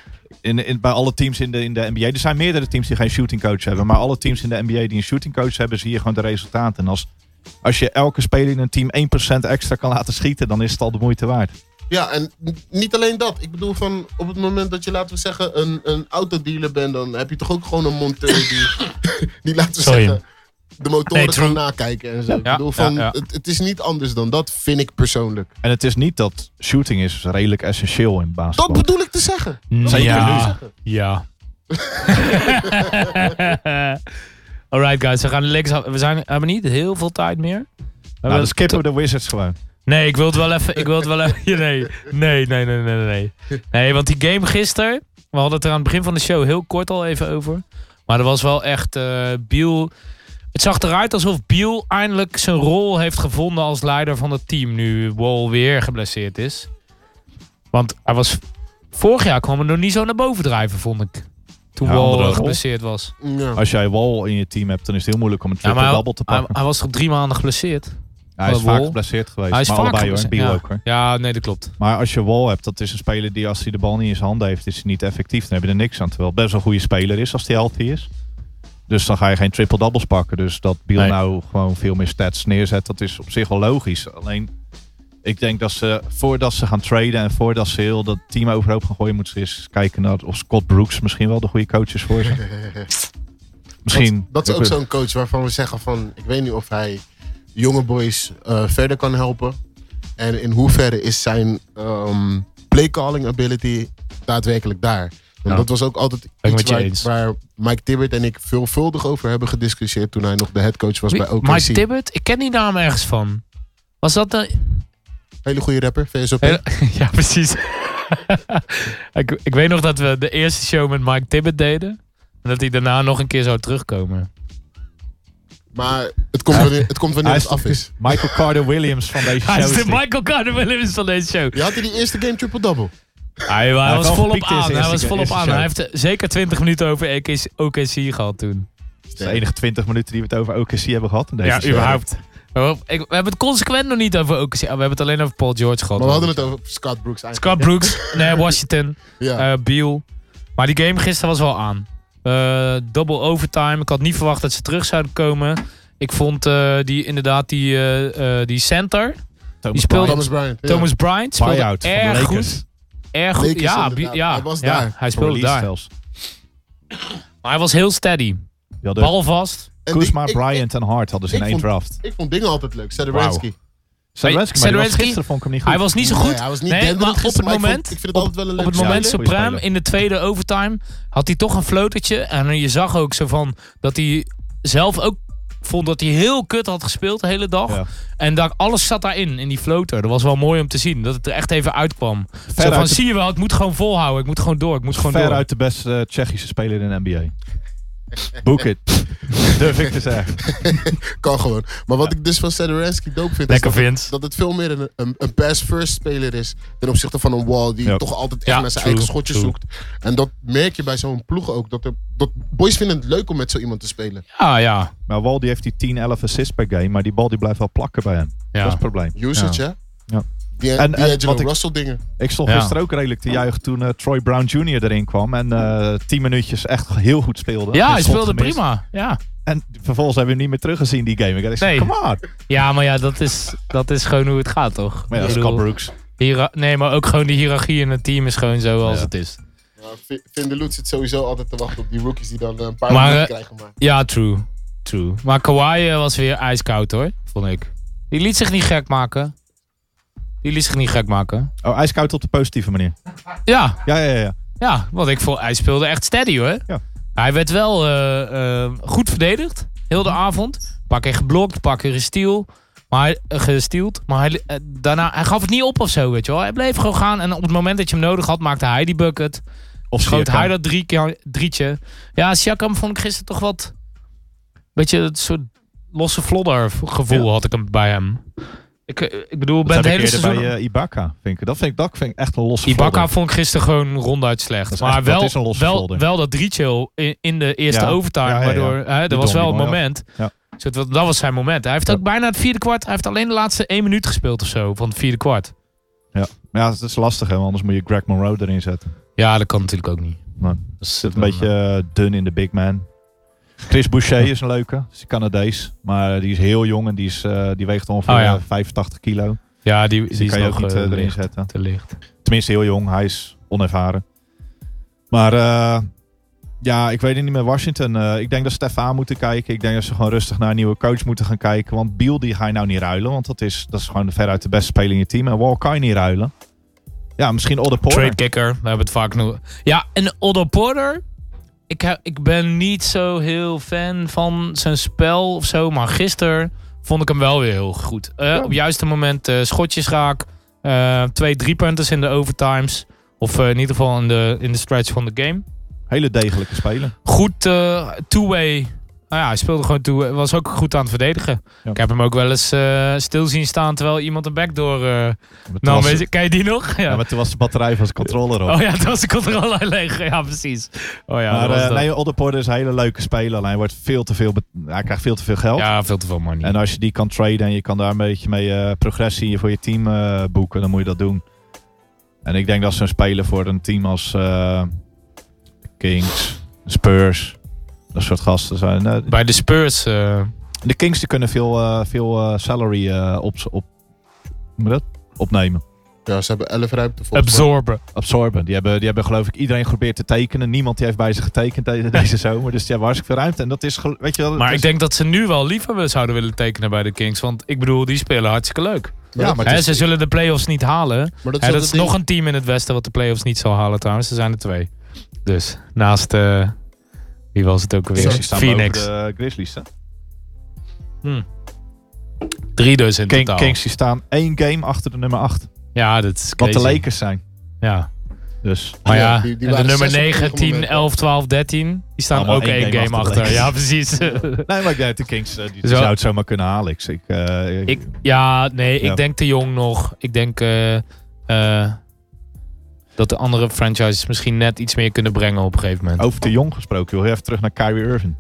in, in, bij alle teams in de, in de NBA, er zijn meerdere teams die geen shooting coach hebben. Maar alle teams in de NBA die een shooting coach hebben, zie je gewoon de resultaten. En als, als je elke speler in een team 1% extra kan laten schieten, dan is het al de moeite waard.
Ja, en n- niet alleen dat. Ik bedoel, van op het moment dat je, laten we zeggen, een, een autodealer bent, dan heb je toch ook gewoon een monteur die, die laten we
Sorry.
zeggen, de motoren
Nee, true.
kan nakijken en zo. ik
Ja,
bedoel,
ja,
van,
ja.
Het, het is niet anders dan dat, vind ik persoonlijk.
En het is niet dat shooting is redelijk essentieel in
Dat
basketbal.
bedoel ik te zeggen.
Zeker
Ja. Ja. Alright guys, we gaan de Lakers af- We zijn, hebben niet heel veel tijd meer. We
Nou,
hebben Nou,
dan skippen we Nou, de Wizards gewoon.
Nee, ik wil het wel even. Ik wil het wel even. ja, Nee, nee, nee, nee, nee, nee. Nee, want die game gisteren. We hadden het er aan het begin van de show heel kort al even over. Maar er was wel echt. eh Biel. Het zag eruit alsof Biel eindelijk zijn rol heeft gevonden als leider van het team. Nu Wall weer geblesseerd is. Want hij was. Vorig jaar kwam hij nog niet zo naar boven drijven, vond ik. Toen
Ja,
Wall
andere
eh,
rol.
geblesseerd was.
Ja.
Als jij Wall in je team hebt, dan is het heel moeilijk om een
maar hij,
triple-double te
hij,
pakken.
hij was toch drie maanden geblesseerd?
Hij is
Wall-
vaak geblesseerd geweest.
hij is
maar
vaak
allebei hoor, en
geblesseerd,
Biel
ja.
ook hoor.
Ja, nee, dat klopt.
Maar als je Wall hebt, dat is een speler die als hij de bal niet in zijn handen heeft, is hij niet effectief. Dan heb je er niks aan. Terwijl het best wel een goede speler is als hij healthy is. Dus dan ga je geen triple-doubles pakken. Dus dat Biel
Nee.
nou gewoon veel meer stats neerzet, dat is op zich wel logisch. Alleen, ik denk dat ze voordat ze gaan traden en voordat ze heel dat team overhoop gaan gooien, moeten ze eens kijken naar of Scott Brooks misschien wel de goede coach is voor ze. misschien.
Dat is ook zo'n coach waarvan we zeggen van... Ik weet niet of hij jonge boys eh, verder kan helpen. En in hoeverre is zijn ehm playcalling ability daadwerkelijk daar. Want
Ja.
dat was ook altijd
ik
iets
met je
waar,
eens.
waar Mike Tibbert en ik veelvuldig over hebben gediscussieerd... toen hij nog de headcoach was bij
Wie-
OKC.
Mike Tibbet? Ik ken die naam ergens van. Was dat de...
Hele goede rapper, VSOP.
Hele- Ja, precies. ik, ik weet nog dat we de eerste show met Mike Tibbet deden. En dat hij daarna nog een keer zou terugkomen.
Maar het komt wanneer het, komt wanneer
Hij
het
is
af is.
Michael Carter Williams van deze
Hij
show.
is
is
de
die.
Michael Carter Williams van deze show.
Je had in die eerste game triple-double.
Hij, hij
heeft
was
wel
volop
gepiekt in
aan.
zijn
Hij was
eerste-
volop
eerste
aan.
show.
Hij heeft eh, zeker 20 minuten over OKC OKC gehad toen.
Dat is de enige 20 minuten die we het over OKC hebben gehad. In deze show.
We we hebben het consequent nog niet over OKC. Oh, We hebben het alleen over Paul George gehad.
Maar we hadden het over Scott Brooks eigenlijk.
Scott Brooks, nee, Washington.
Ja.
eh Biel. Maar die game gisteren was wel aan. Eh double overtime. Ik had niet verwacht dat ze terug zouden komen. Ik vond eh, die, inderdaad die, eh, eh, die center,
Thomas
speelde-
Thomas
Bryant.
Bryant. ja.
Thomas Bryant, speelde
buyout van de
erg
Lakers.
goed. Erg goed.
Lakers
Ja,
inderdaad.
bi- ja,
Hij was
ja,
daar.
hij
Voor
speelde
release
daar.
zelfs.
Maar hij was heel steady.
Die hadden
Balvast.
En
Kuzma,
ik- ik-
Bryant en Hart hadden ze in
ik
één
vond-
draft.
Ik vond dingen altijd leuk. Sadaransky.
Sadaransky, maar die was
Sadaransky-
gisteren vond ik hem niet goed.
Hij was niet zo goed.
Nee, hij was niet
Nee,
denderend
maar op
gisteren,
het
maar ik
moment,
vond- ik vind het
op,
altijd wel een
op het
leuke
moment
speler. Ja,
Supreme
goeie
in de tweede overtime had hij toch een flotertje. En je zag ook zo van dat hij zelf ook vond dat hij heel kut had gespeeld de hele dag.
Ja.
En daar, alles zat daarin, in die floter. Dat was wel mooi om te zien, dat het er echt even uitkwam. zo van,
uit de-
zie je wel, ik moet gewoon volhouden. Ik moet gewoon door, ik moet gewoon door.
Veruit de beste eh, Tsjechische speler in de NBA. Book it. Durf ik te zeggen.
Kan gewoon. Maar wat ik dus van Sadaransky dope vind...
Lekker
is dat, het-
Vince.
dat het veel meer een, een, een pass-first speler is... ten opzichte van een Wall die
Ja.
toch altijd echt
Ja,
naar zijn
true,
eigen schotjes
true.
zoekt. En dat merk je bij zo'n ploeg ook. Dat, er, dat boys vinden het leuk om met zo iemand te spelen.
Ja, Ah, ja.
Maar Wal die heeft die 10, 11 assists per game, maar die bal die blijft wel plakken bij hem. Dat is het probleem.
Usage,
Ja.
hè?
Ja.
Die,
En-
die
en
Angelo
wat ik-
Russell dingen.
Ik stond
Ja.
gisteren ook redelijk te juichen toen eh, Troy Brown Jr. erin kwam. En eh 10 minuutjes echt heel goed speelde.
Ja,
Geen
hij
schot
speelde
gemist.
prima. Ja.
En vervolgens hebben we hem niet meer teruggezien die game. Ik dacht,
Nee.
come on.
ja, maar ja, dat is, dat is gewoon hoe het gaat, toch?
Maar ja,
Ik
Scott
bedoel,
Brooks.
hiëra- nee, maar ook gewoon de hiërarchie in het team is gewoon zo als
Ja.
het is.
Ja, Vi- Vindeloet zit sowieso altijd te wachten op die rookies die dan eh, een paar
Maar,
minuten
eh,
krijgen. Maar
Ja, true. True. Maar Kawhi eh, was weer ijskoud hoor, vond ik. Die liet zich niet gek maken. Die liet zich niet gek maken.
Oh, ijskoud op de positieve manier.
Ja,
Ja, ja, ja, ja.
ja. Want ik vond, hij speelde echt steady hoor.
Ja.
Hij werd wel eh, eh, goed verdedigd. Heel de avond. Een paar keer geblokt, een paar keer gestield. Maar hij, eh, gestield. Maar hij, eh, daarna, hij gaf het niet op of zo, weet je wel. Hij bleef gewoon gaan. En op het moment dat je hem nodig had, maakte hij die bucket.
Of
Schoot
Siakam.
hij dat drie keer, drietje. Ja, Siakam vond ik gisteren toch wat... Beetje het soort losse vlodder gevoel
Ja.
had ik hem bij hem. Ik, eh, ik bedoel, bij het
dat heb ik
hele
eerder
seizoen...
bij eh, Ibaka. Vind ik. Dat, vind ik, dat vind ik echt een losse
Ibaka
vlodder.
vond ik gisteren gewoon ronduit slecht.
Dat is
maar
echt- dat
wel,
is een losse
wel,
vlodder.
wel dat drietje al in, in de eerste
Ja.
overtime.
Ja, ja, ja.
Waardoor, hè,
Die
dat was
dom,
wel
die
het
mooi af.
moment.
Ja.
Zo, dat- dat was zijn moment. Hij heeft ook bijna het vierde kwart... Hij heeft alleen de laatste één minuut gespeeld of zo van het vierde kwart.
Maar Ja, dat is lastig, hè, want anders moet je Greg Monroe erin zetten.
Ja, dat kan natuurlijk ook niet.
Nee.
Dat is
Een beetje eh, dun in de big man. Chris Boucher is een leuke. Dat is een Canadees. Maar die is heel jong en die, is, eh, die weegt ongeveer
Oh, ja.
eh, 85 kilo.
Ja, die,
Dus
die,
die,
is
kan je
nog
ook niet
eh,
eh, erin
licht,
zetten.
te licht.
Tenminste, heel jong. Hij is onervaren. Maar eh, ja, ik weet het niet meer. Washington, eh, ik denk dat ze het even aan moeten kijken. Ik denk dat ze gewoon rustig naar een nieuwe coach moeten gaan kijken. Want Beal, die ga je nou niet ruilen. Want dat is, dat is gewoon veruit de beste speler in je team. En Wall kan je niet ruilen. Ja, misschien Other
Trade kicker, we hebben het vaak nog. Ja, en Otto Porter. Ik, he- ik ben niet zo heel fan van zijn spel of zo. Maar gisteren vond ik hem wel weer heel goed. Eh, Op het juiste moment eh, schotjes raak. eh, twee driepunters in de overtimes. Of eh, in ieder geval in de, in de stretch van de game.
Hele degelijke speler.
Goed eh, two-way. Nou ja, hij speelde gewoon two-way. Was ook goed aan het verdedigen.
Ja.
Ik heb hem ook wel eens eh, stil zien staan terwijl iemand een backdoor... eh
Maar toen
nou,
was-
weet je, ken je die nog?
ja, maar toen was de batterij van zijn controller op.
Oh ja, toen was de controle leeg. Ja, precies. Oh ja,
maar
dat was
eh
dat.
nee, Oldeporter is een hele leuke speler. alleen Hij, wordt veel te veel bet- hij krijgt veel te veel geld.
ja, veel te veel money.
En als je die kan traden en je kan daar een beetje mee eh, progressie voor je team eh, boeken, dan moet je dat doen. En ik denk dat zo'n speler voor een team als eh, Kings, Spurs, dat soort gasten zijn. eh,
Bij de Spurs... eh,
de Kings die kunnen veel, eh, veel eh, salary eh, op, op, hoe moet dat? opnemen.
Ja, ze hebben 11 ruimte voor.
absorben.
Oh, Absorben. Die hebben, die hebben geloof ik iedereen geprobeerd te tekenen. Niemand die heeft bij ze getekend deze, deze zomer. Dus die hebben hartstikke veel ruimte. En dat is, gel- weet je wel, dat
Maar
is-
ik denk dat ze nu wel liever we- zouden willen tekenen bij de Kings. Want ik bedoel, die spelen hartstikke leuk.
Maar
ja,
dat-
maar
Hè,
het is,
ze zullen de play-offs niet halen. Hè,
Maar dat
Dat
is,
is,
altijd ding.
nog een team in het Westen wat de play-offs niet zal halen trouwens. Er zijn er twee. Dus naast, eh, wie was het ook
Kings
alweer?
die staan
Phoenix.
boven de Grizzlies. Hè?
Drie dus in
King,
totaal.
Kings die staan één game achter de nummer 8.
Ja, dat is
Wat
crazy.
de Lakers zijn.
Ja.
Dus
Maar ja,
Ja, die- die
en de
waren zes
nummer
op een
9,
gegeven
10,
moment, hè?
11, 12, 13. Die staan
Allemaal
ook
één
één game,
game achter de
achter. Ja, precies.
Nee, maar ik denk de Kings eh, die, die
Zo.
zou het zomaar kunnen halen. Ik, ik, eh, ik-
Ik, ja, nee,
Ja.
ik denk te jong nog. Ik denk eh, eh, dat de andere franchises misschien net iets meer kunnen brengen op een gegeven moment.
over de jong gesproken. Heel even terug naar Kyrie Irving.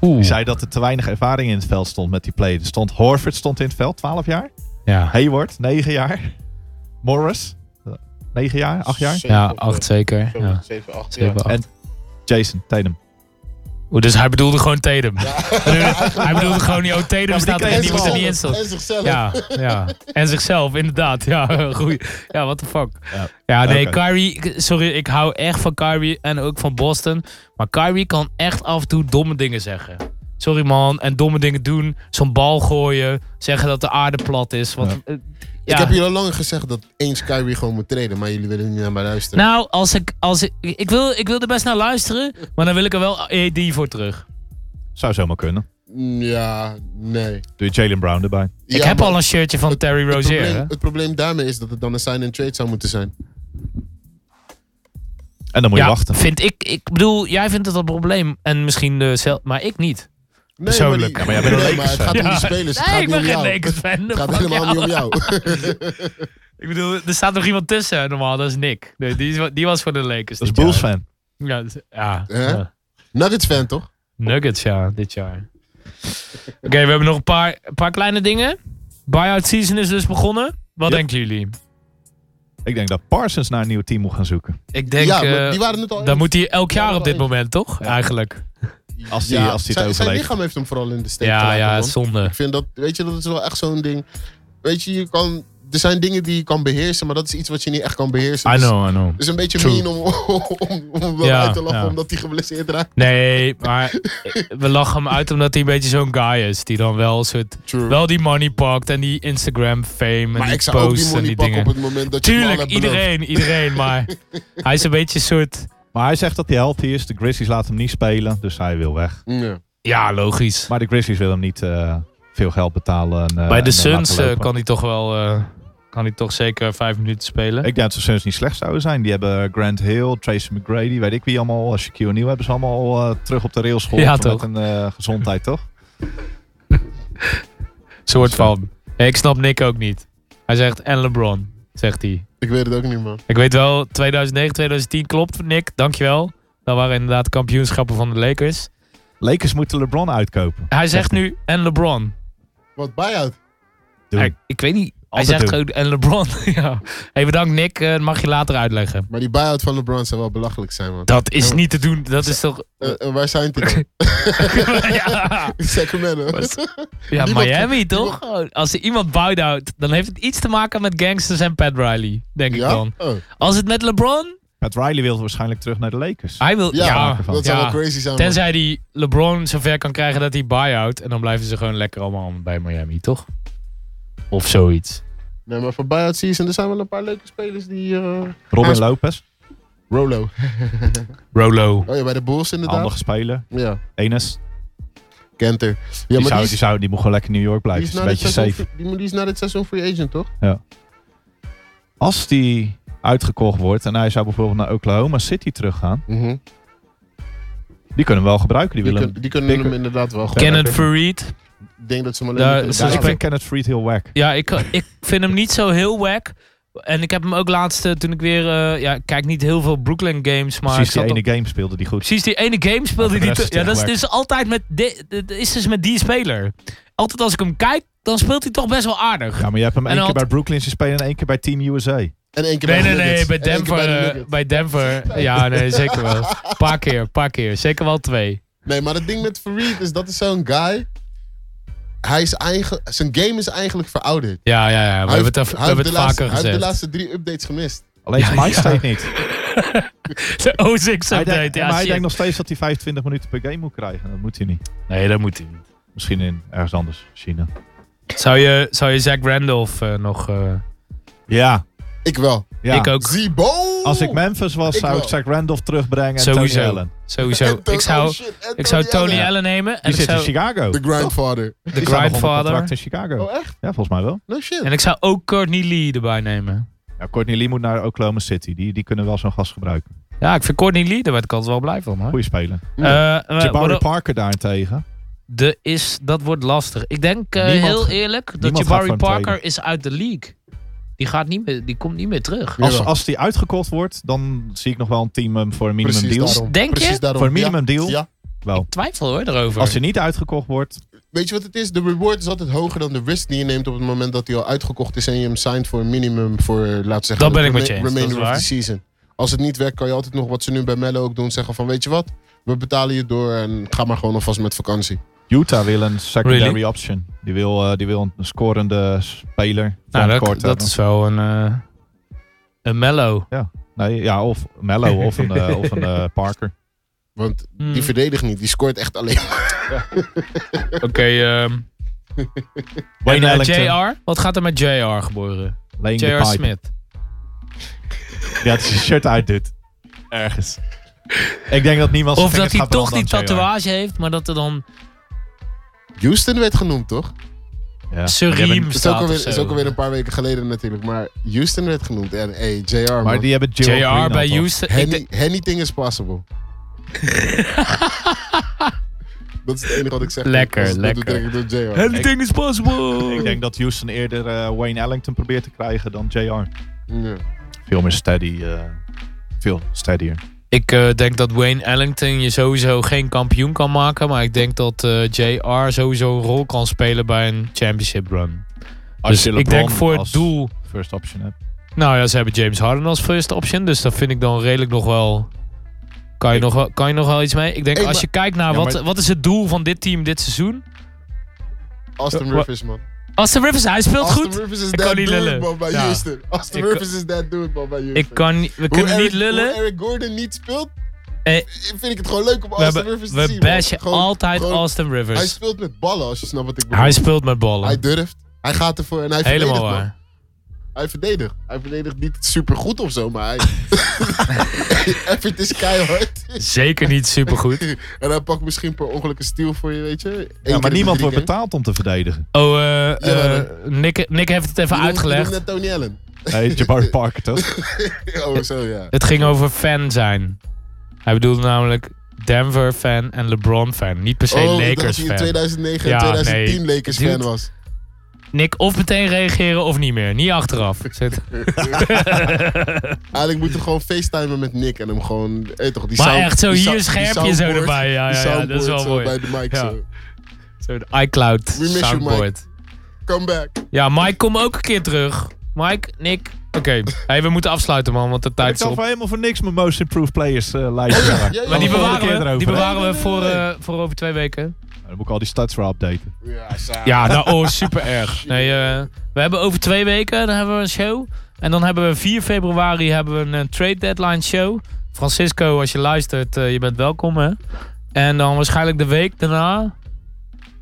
Oeh.
Die zei dat er te weinig ervaring in het veld stond met die play. Er stond Horford stond in het veld, 12 jaar.
Ja.
Hayward, 9 jaar. Morris, 9 jaar, 8 jaar.
Zeven
ja,
of, eh,
acht zeker.
zo,
Ja.
Zeven, acht. ja.
Zeven, acht.
En Jason Tatum.
Oeh, dus hij bedoelde gewoon Tatum. Hij bedoelde- hij bedoelde gewoon, joh, Tatum staat er
kan je
niet, die moet
zichzelf.
er niet in staan.
En zichzelf.
Ja, ja. En zichzelf, inderdaad. Ja, goeie. Ja, what the fuck.
Ja.
Ja, nee,
Oké.
Kyrie... Sorry, ik hou echt van Kyrie en ook van Boston. Maar Kyrie kan echt af en toe domme dingen zeggen. Sorry man, en domme dingen doen. Zo'n bal gooien. Zeggen dat de aarde plat is. Want, eh, ja.
Ik heb jullie al langer gezegd dat eens Kyrie gewoon moet treden, maar jullie willen niet naar mij luisteren.
Nou, als ik, als ik, ik, wil, ik wil er best naar luisteren, maar dan wil ik er wel AD voor terug.
Zou zomaar kunnen.
Mm, Ja, nee.
Doe je Jalen Brown erbij.
ik
Ja,
heb
maar
al een shirtje van Terry
het
Rozier. hè?
probleem, het probleem daarmee is dat het dan een sign-and-trade zou moeten zijn.
En dan moet je wachten.
Vind ik, ik bedoel, jij vindt het een probleem en misschien eh, zelf, maar ik niet.
Nee,
Persoonlijk.
Maar die-
Ja,
maar jij bent een
nee, maar het gaat
Lakers-fan.
om die spelers. Dus het
nee,
gaat
ik
niet
ben
om
geen
jou.
Lakers fan.
Het gaat helemaal niet om jou.
Ik bedoel, er staat nog iemand tussen hè, normaal, dat is Nick. Nee, die, is, wa- die was voor de Lakers.
Dat is
dit
Bulls
jaar.
fan.
Ja, dat is- ja.
Hè?
ja.
Nuggets fan, toch?
Nuggets, ja, dit jaar. Oké, we hebben nog een paar, een paar kleine dingen. Buyout season is dus begonnen. Wat
Ja.
denken jullie?
Ik denk dat Parsons naar een nieuw team moet gaan zoeken.
Ik denk,
ja, maar
eh,
die waren het al.
dan moet hij elk jaar op dit
Ja.
moment, toch? Eigenlijk.
Als die, als die het
zijn, zijn
overleeft.
lichaam heeft hem vooral in de steek
Ja,
gelaten,
ja,
man.
zonde.
Ik vind dat, weet je, dat is wel echt zo'n ding. Weet je, je kan, er zijn dingen die je kan beheersen, maar dat is iets wat je niet echt kan beheersen. Dus-
I know.
Het is een beetje
True.
mean om, om, om, om wel
Ja,
uit te lachen
ja.
omdat hij geblesseerd raakt.
Nee, maar we lachen hem uit omdat hij een beetje zo'n guy is. Die dan wel, een soort,
True.
wel die money pakt en die Instagram fame en
maar
die
ik zou ook die
posts en
money
die
pakken op
dingen.
het moment dat je hem al
Tuurlijk,
hebt beloofd.
iedereen, iedereen. Maar hij is een beetje een soort...
Maar hij zegt dat hij healthy is. De Grizzlies laten hem niet spelen. Dus hij wil weg.
Ja.
Ja, logisch.
Maar de Grizzlies willen hem niet eh, veel geld betalen. En, eh,
Bij de
en, eh,
Suns
laten
eh,
lopen.
kan hij toch wel... eh, kan hij toch zeker vijf minuten spelen.
Ik denk dat de Suns niet slecht zouden zijn. Die hebben Grant Hill, Tracy McGrady, weet ik wie allemaal. eh, Shaquille O'Neal hebben ze allemaal eh, terug op de rails geholpen
Ja,
met
toch?
een eh, gezondheid, toch?
soort van. Nee, ik snap Nick ook niet. Hij zegt en LeBron, zegt hij.
Ik weet het ook niet, man.
Ik weet wel, 2009, 2010 klopt, Nick. Dankjewel. Dat waren inderdaad kampioenschappen van de Lakers.
Lakers moeten LeBron uitkopen.
Hij zegt nu en LeBron.
Wat buyout.
Doen.
Hij- ik weet niet. Hij
Altijd
zegt
doen.
gewoon en LeBron. ja. Hey, bedankt Nick. Eh, dat mag je later uitleggen.
Maar die buyout van LeBron zou wel belachelijk zijn, man.
Dat is niet te doen. Dat is toch...
Eh, eh, waar zijn die dan?
ja,
Sacramento.
ja
Niemand-
Miami toch? Als er iemand bowed out, dan heeft het iets te maken met gangsters en Pat Riley. Denk ik
Ja?
dan.
Oh,
Als het met LeBron...
Pat Riley wil waarschijnlijk terug naar de Lakers.
Hij wil...
ja,
Ja,
dat zou
ja.
wel crazy zijn. man.
Tenzij die LeBron zover kan krijgen dat hij buy-out. En dan blijven ze gewoon lekker allemaal bij Miami, toch? Of zoiets.
Nee, maar voor buyout season, er zijn wel een paar leuke spelers die... eh,
Robin
hij-
Lopez,
Rolo.
Rolo.
Oh ja, bij de Bulls inderdaad.
handige speler.
Ja.
Enes.
Kenter. Ja,
die,
maar
zou,
die
die,
is-
zou, die moet gewoon lekker in New York
die
blijven.
is
is een
na dit
beetje
seizoen
safe.
free- die moet- die is na dit seizoen free agent, toch?
Als die uitgekocht wordt en hij zou bijvoorbeeld naar Oklahoma City teruggaan.
Mhm.
Die kunnen hem wel gebruiken. Die,
Die,
willen
kun- die kunnen hem
pikken.
inderdaad wel gewoon.
Kenneth Farid.
Ik denk dat ze hem alleen
Daar-
maar kunnen
ze-
Ja, ik
betalen.
vind Kenneth Freed heel wack.
Ja, ik, ik vind hem niet zo heel wack. En ik heb hem ook laatst, eh, toen ik weer... eh, ja, ik kijk niet heel veel Brooklyn games, maar... ik
Precies die
zat op-
ene game speelde die goed.
Precies die ene game speelde
Maar de
die.
rest is
te- Ja, dat is
echt
dus altijd met. di- Dat is dus met die speler. Altijd als ik hem kijk, dan speelt hij toch best wel aardig.
Ja, maar je hebt hem
En
één keer
had-
bij Brooklyn zien spelen en één keer bij Team
En
USA.
één keer
Nee,
bij
nee,
de
nee,
Nuggets.
bij
En één keer
Denver.
de
eh,
Nuggets.
Bij Denver. Ja, nee, zeker wel. Paar keer, paar keer. Zeker wel twee.
Nee, maar het ding met Farid is dat is zo'n guy. Hij is eigenlijk, zijn game is eigenlijk verouderd.
Ja, ja, ja. We
Hij
hebben
heeft-
het, even- we
hij
hebben
heeft
het
de laatste-
vaker
Hij heeft de
gezegd.
laatste drie updates gemist.
Alleen zijn mindset niet.
De OSX
Hij
update.
denkt, maar
Ja,
hij
shit.
denkt nog steeds dat hij 25 minuten per game moet krijgen. Dat moet hij niet.
Nee, dat moet hij niet.
Misschien in ergens anders, China.
Zou je, zou je Zach Randolph eh, nog. eh,
Ja,
Ik wel.
ja.
Ik ook.
Zibo!
Als ik Memphis was,
Ik
zou ik
wel.
Zach Randolph terugbrengen en
Sowieso.
Tony Allen.
En
Sowieso.
Tony-
Ik zou,
oh shit, en
ik zou Tony
Allen.
Allen nemen. En
Die
ik
zit in
zou
Chicago.
The Grindfather.
The
Die staat nog onder
Grindfather.
contract in Chicago.
Oh, echt?
Ja, volgens mij wel.
No shit.
En ik zou ook Courtney Lee erbij nemen.
Ja, Courtney Lee moet naar Oklahoma City. Die, die kunnen wel zo'n gast gebruiken.
Ja, ik vind Courtney Lee, daar werd ik altijd wel blij van. Hoor.
Goeie speler.
Eh, eh,
Jabari
wat-
Parker daarentegen.
de is, dat wordt lastig. Ik denk eh,
Niemand-
heel eerlijk dat
niemand gaat voor
Jabari
hem
Parker
traden.
is uit de league. Die, gaat niet meer, die komt niet meer terug.
Ja.
Als,
Jawel.
als die uitgekocht wordt, dan zie ik nog wel een team hem voor een minimum
Precies
deal.
daarom.
Denk je?
Precies daarom.
Voor een minimum
Ja.
deal.
Ja.
Wel.
Twijfel hoor, daarover.
Als hij niet uitgekocht wordt,
Weet je wat het is? De reward is altijd hoger dan de risk die je neemt op het moment dat hij al uitgekocht is en je hem signed voor een minimum voor, eh, laten we zeggen,
Dat ben
de
ik met je
rema-
eens,
remainder
dat is
of the season. Als het niet werkt, kan je altijd nog wat ze nu bij Mello ook doen, zeggen van weet je wat, we betalen je door en ga maar gewoon alvast met vakantie.
Utah wil een secondary
Really?
option. Die wil, eh, die wil een scorende speler.
nou, dat,
kort,
dat is wel een, eh, een mellow.
nee, ja, of Mello of een, eh, of een eh, Parker.
Want
Hmm,
die verdedigt niet, die scoort echt alleen.
Oké, ehm, en eh, JR? Wat gaat er met JR gebeuren?
Laying the
JR
pipe.
Smith.
Ja, dat hij zijn shirt uit doet. Ergens. Ik denk dat niemand zijn
Of dat
vingers
hij
gaat
toch die
branden aan JR.
tatoeage heeft, maar dat er dan
Houston werd genoemd, toch?
Ja.
Surim
Het is ook,
staat of
alweer,
zo.
is ook alweer een paar weken geleden natuurlijk, maar Houston werd genoemd. En hey, JR, man.
Maar die hebben Gerald
JR
Green
bij
al, toch?
Houston. Ik denk-
Any, anything is possible. dat is het enige wat ik zeg.
Lekker,
Dat is- dat
lekker.
denk ik door JR.
Anything is possible.
Ik denk dat Houston eerder eh, Wayne Ellington probeert te krijgen dan JR.
Ja.
Veel meer steady. eh, veel steadier.
Ik eh, denk dat Wayne Ellington je sowieso geen kampioen kan maken. Maar ik denk dat eh, JR sowieso een rol kan spelen bij een championship run. Dus
je
ik
LeBron
denk voor het
als
doel.
First option hebt.
Nou ja, ze hebben James Harden als first option. Dus dat vind ik dan redelijk nog wel. Kan je, nog, wel, kan je nog wel iets mee? Ik denk
Hey,
als
maar-
je kijkt naar
Ja,
wat,
maar-
wat is het doel van dit team dit seizoen.
Austin
Wa-
Rivers, man.
Aston Rivers, hij speelt
Austin
goed.
Rivers is
Ik
that
kan niet
dude,
lullen.
man, bij
Ja.
Houston. Austin
Ik-
Rivers is that dude, man, bij Houston.
Ik kan, niet- we
Hoe
kunnen niet
Eric-
lullen.
Hoe Eric Gordon niet speelt,
Eh,
vind ik het gewoon leuk om
We,
Austin
hebben,
Rivers te
we
zien. man.
bashen
Gewoon-
altijd
gewoon-
Austin
Hij
Rivers.
speelt met ballen, als je snapt wat ik bedoel.
Hij speelt met
Hij
ballen.
durft. Hij gaat ervoor en hij verdedigt,
Helemaal
man.
waar.
Hij verdedigt. Hij verdedigt niet supergoed of zo, maar hij... Effort is keihard.
Zeker niet supergoed.
en hij pakt misschien per ongeluk een steal voor je, weet je. Eén keer
Ja,
in de
maar niemand
drie
wordt
keer.
betaald om te verdedigen.
Oh, eh, eh,
Jawel,
Nick, Nick heeft het even
Je noemt- je
uitgelegd.
noemt net Tony Allen.
Hey, Jabari Parker toch?
oh, zo ja.
Het ging over fan zijn. Hij bedoelde namelijk Denver fan en LeBron fan. Niet per se
Oh, ik dacht dat
Lakers
hij in
fan.
2009 en
Ja,
2010
nee.
Lakers
Dude.
fan was.
Nick, of meteen reageren of niet meer. Niet achteraf. Zit.
Eigenlijk moeten we gewoon facetimen met Nick en hem gewoon... Hey, toch, die
Maar
sound-
echt zo
die
hier
sound-
een schermpje
die
zo
soundboard-
erbij. Ja,
die
ja, ja, dat is
soundboard
wel
zo
mooi.
Bij de mic
Ja.
zo.
Zo'n iCloud
miss you,
soundboard.
Come back.
Ja, Mike, kom ook een keer terug. Mike, Nick. Oké, hey, we moeten afsluiten man, want de
ik
tijd is
zal
op.
voor helemaal voor niks mijn most improved players eh, lijstje maken.
Oh Ja, ja,
Maar die
ja.
bewaren we, die bewaren
Nee,
we
nee,
voor,
nee,
eh, voor over twee weken.
Dan moet ik al die stats voor updaten.
Ja, sa-
Ja, nou, oh, super erg. Nee, eh, we hebben over twee weken dan hebben we een show. En dan hebben we 4 februari hebben we een eh, trade deadline show. Francisco, als je luistert, eh, je bent welkom hè. En dan waarschijnlijk de week daarna.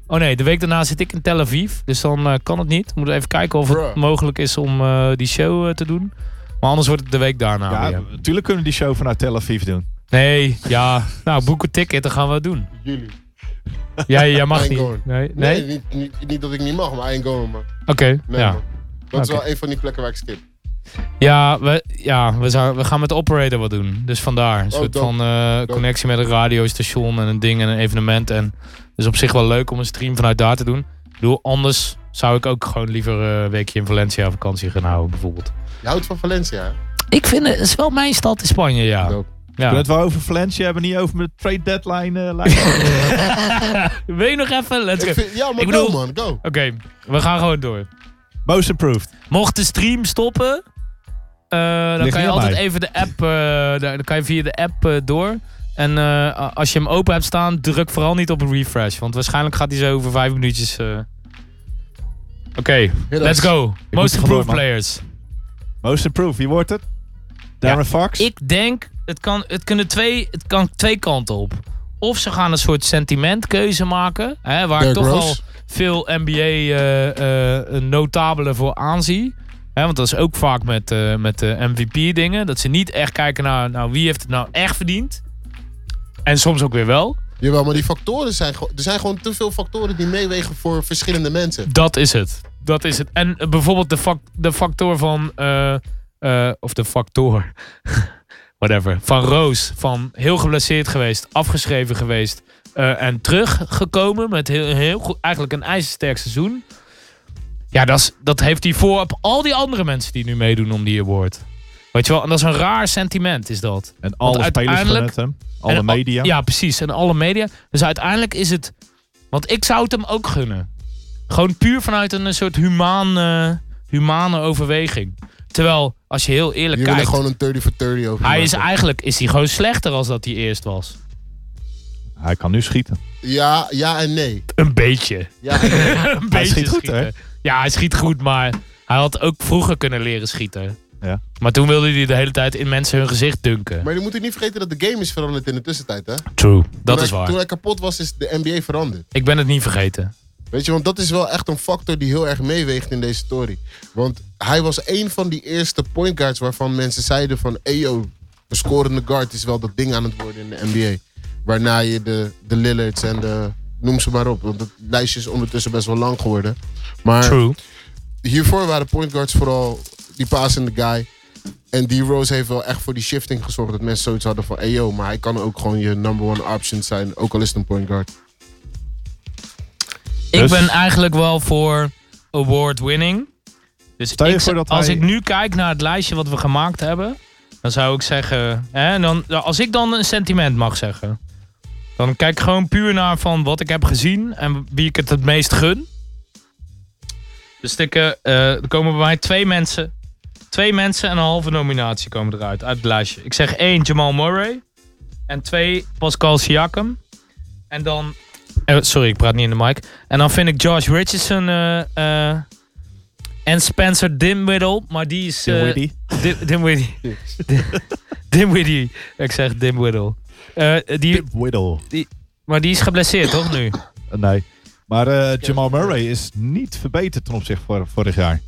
Oh nee, de week daarna zit ik in Tel Aviv. Dus dan eh, kan het niet. We moeten even kijken of het
Bruh.
mogelijk is om eh, die show eh, te doen. Maar anders wordt het de week
Ah,
daarna.
ja,
weer.
natuurlijk kunnen we die show vanuit Tel Aviv doen.
Nee, ja. Nou, boek een ticket, dan gaan we het doen.
Jullie.
Ja, jij mag
Ain't
niet.
going.
Nee?
Nee,
nee? Oké,
niet, niet, niet dat ik niet mag, maar I ain't going, man. Nee,
ja.
man. Dat is
Oké.
wel een van die plekken waar ik skip.
Ja, we, ja we, zou- we gaan met de operator wat doen. Dus vandaar. Een soort
dope.
van eh, connectie met een radiostation en een ding en een evenement. En het is op zich wel leuk om een stream vanuit daar te doen. Ik bedoel, anders zou ik ook gewoon liever eh, een weekje in Valencia vakantie gaan houden, bijvoorbeeld.
Je houdt van Valencia, hè?
Ik vind het, het is wel mijn stad in Spanje, ja.
Dope.
ja.
het wel over Valencia hebben, niet over mijn trade deadline. eh, lijst.
Wil je nog even? Let's go.
Ik vind, ja, maar
Ik bedoel-
go, man, go.
Oké, we gaan gewoon door.
Most approved.
Mocht de stream stoppen, eh, dan
Ligt
kan je
niet aan
altijd
mij.
even de app, eh, daar- dan kan je via de app eh, door. En eh, a- als je hem open hebt staan, druk vooral niet op refresh, want waarschijnlijk gaat hij zo over vijf minuutjes. eh. Oké, let's go.
moet
Most
er
approved
vandoor, man.
players.
Most approved. Wie wordt het? Darren Fox?
Ik denk, het kan, het, kunnen twee, het kan twee kanten op. Of ze gaan een soort sentimentkeuze maken, hè, waar ik
Derrick
toch
Rose.
al veel eh, NBA-notabelen voor aanzie. Hè, want dat is ook vaak met, eh, met de MVP-dingen. Dat ze niet echt kijken naar nou, wie heeft het nou echt verdiend. En soms ook weer wel.
Jawel, maar die factoren zijn gewoon... Er zijn gewoon te veel factoren die meewegen voor verschillende mensen.
Dat is het. Dat is het. En eh, bijvoorbeeld de, fac- de factor van. eh, eh, of de factor. Whatever. Van Roos. Van heel geblesseerd geweest, afgeschreven geweest. eh, en teruggekomen met heel, heel goed, eigenlijk een ijzersterk seizoen. Ja, dat, is- dat heeft hij voor op al die andere mensen die nu meedoen om die award. Weet je wel, en dat is een raar sentiment, is dat.
En alle
Want
spelers van
uiteindelijk-
het hem. Alle
En al-
media.
Ja, precies. En alle media. Dus uiteindelijk is het... Want ik zou het hem ook gunnen. Gewoon puur vanuit een soort humaan, eh, humane overweging. Terwijl, als je heel eerlijk
Je wil er
kijkt...
gewoon een 30 voor 30 over
Hij is
maken.
eigenlijk is hij gewoon slechter als dat hij eerst was.
Hij kan nu
Eh,
schieten.
Ja, ja en nee.
Een beetje.
Ja en nee.
Een beetje
schiet goed,
schieten. Ja, hij schiet goed, maar hij had ook vroeger kunnen leren schieten.
Ja.
Maar toen wilde hij de hele tijd in mensen hun gezicht dunken.
maar je moet niet vergeten dat de game is veranderd in de tussentijd, hè?
True.
Toen
Dat is
hij-
waar.
Toen hij kapot was, is de NBA veranderd.
Ik ben het niet vergeten.
Weet je, want dat is wel echt een factor die heel erg meeweegt in deze story. Want hij was een van die eerste point guards waarvan mensen zeiden van... Eyo, een scorende guard is wel dat ding aan het worden in de NBA. Waarna je de, de Lillards en de... Noem ze maar op, want het lijstje is ondertussen best wel lang geworden. Maar
True.
hiervoor waren point guards vooral die pass in the guy. En die Rose heeft wel echt voor die shifting gezorgd. Dat mensen zoiets hadden van... Eyo, maar hij kan ook gewoon je number one option zijn. Ook al is het een point guard.
Ik
Dus-
ben eigenlijk wel voor award winning. Dus
Stel je
ik
voor
zou-
dat
als
hij-
ik nu kijk naar het lijstje wat we gemaakt hebben, dan zou ik zeggen. Hè, en dan, als ik dan een sentiment mag zeggen, dan kijk ik gewoon puur naar van wat ik heb gezien en wie ik het het meest gun. Dus ik, eh, eh, er komen bij mij twee mensen. Twee mensen en een halve nominatie komen eruit uit het lijstje. Ik zeg één Jamal Murray en twee Pascal Siakam. En dan eh, sorry, ik praat niet in de mic. En dan vind ik Josh Richardson eh, eh, en Spencer Dinwiddle, maar die is... eh,
Dinwiddie.
Dim- Dinwiddie. Dim- Dinwiddie. Ik zeg Dinwiddle. Eh, die,
Whittle.
maar die is geblesseerd, toch, nu? Oh
Eh, Nee. Maar eh, Jamal Murray is niet verbeterd ten opzichte van vorig jaar.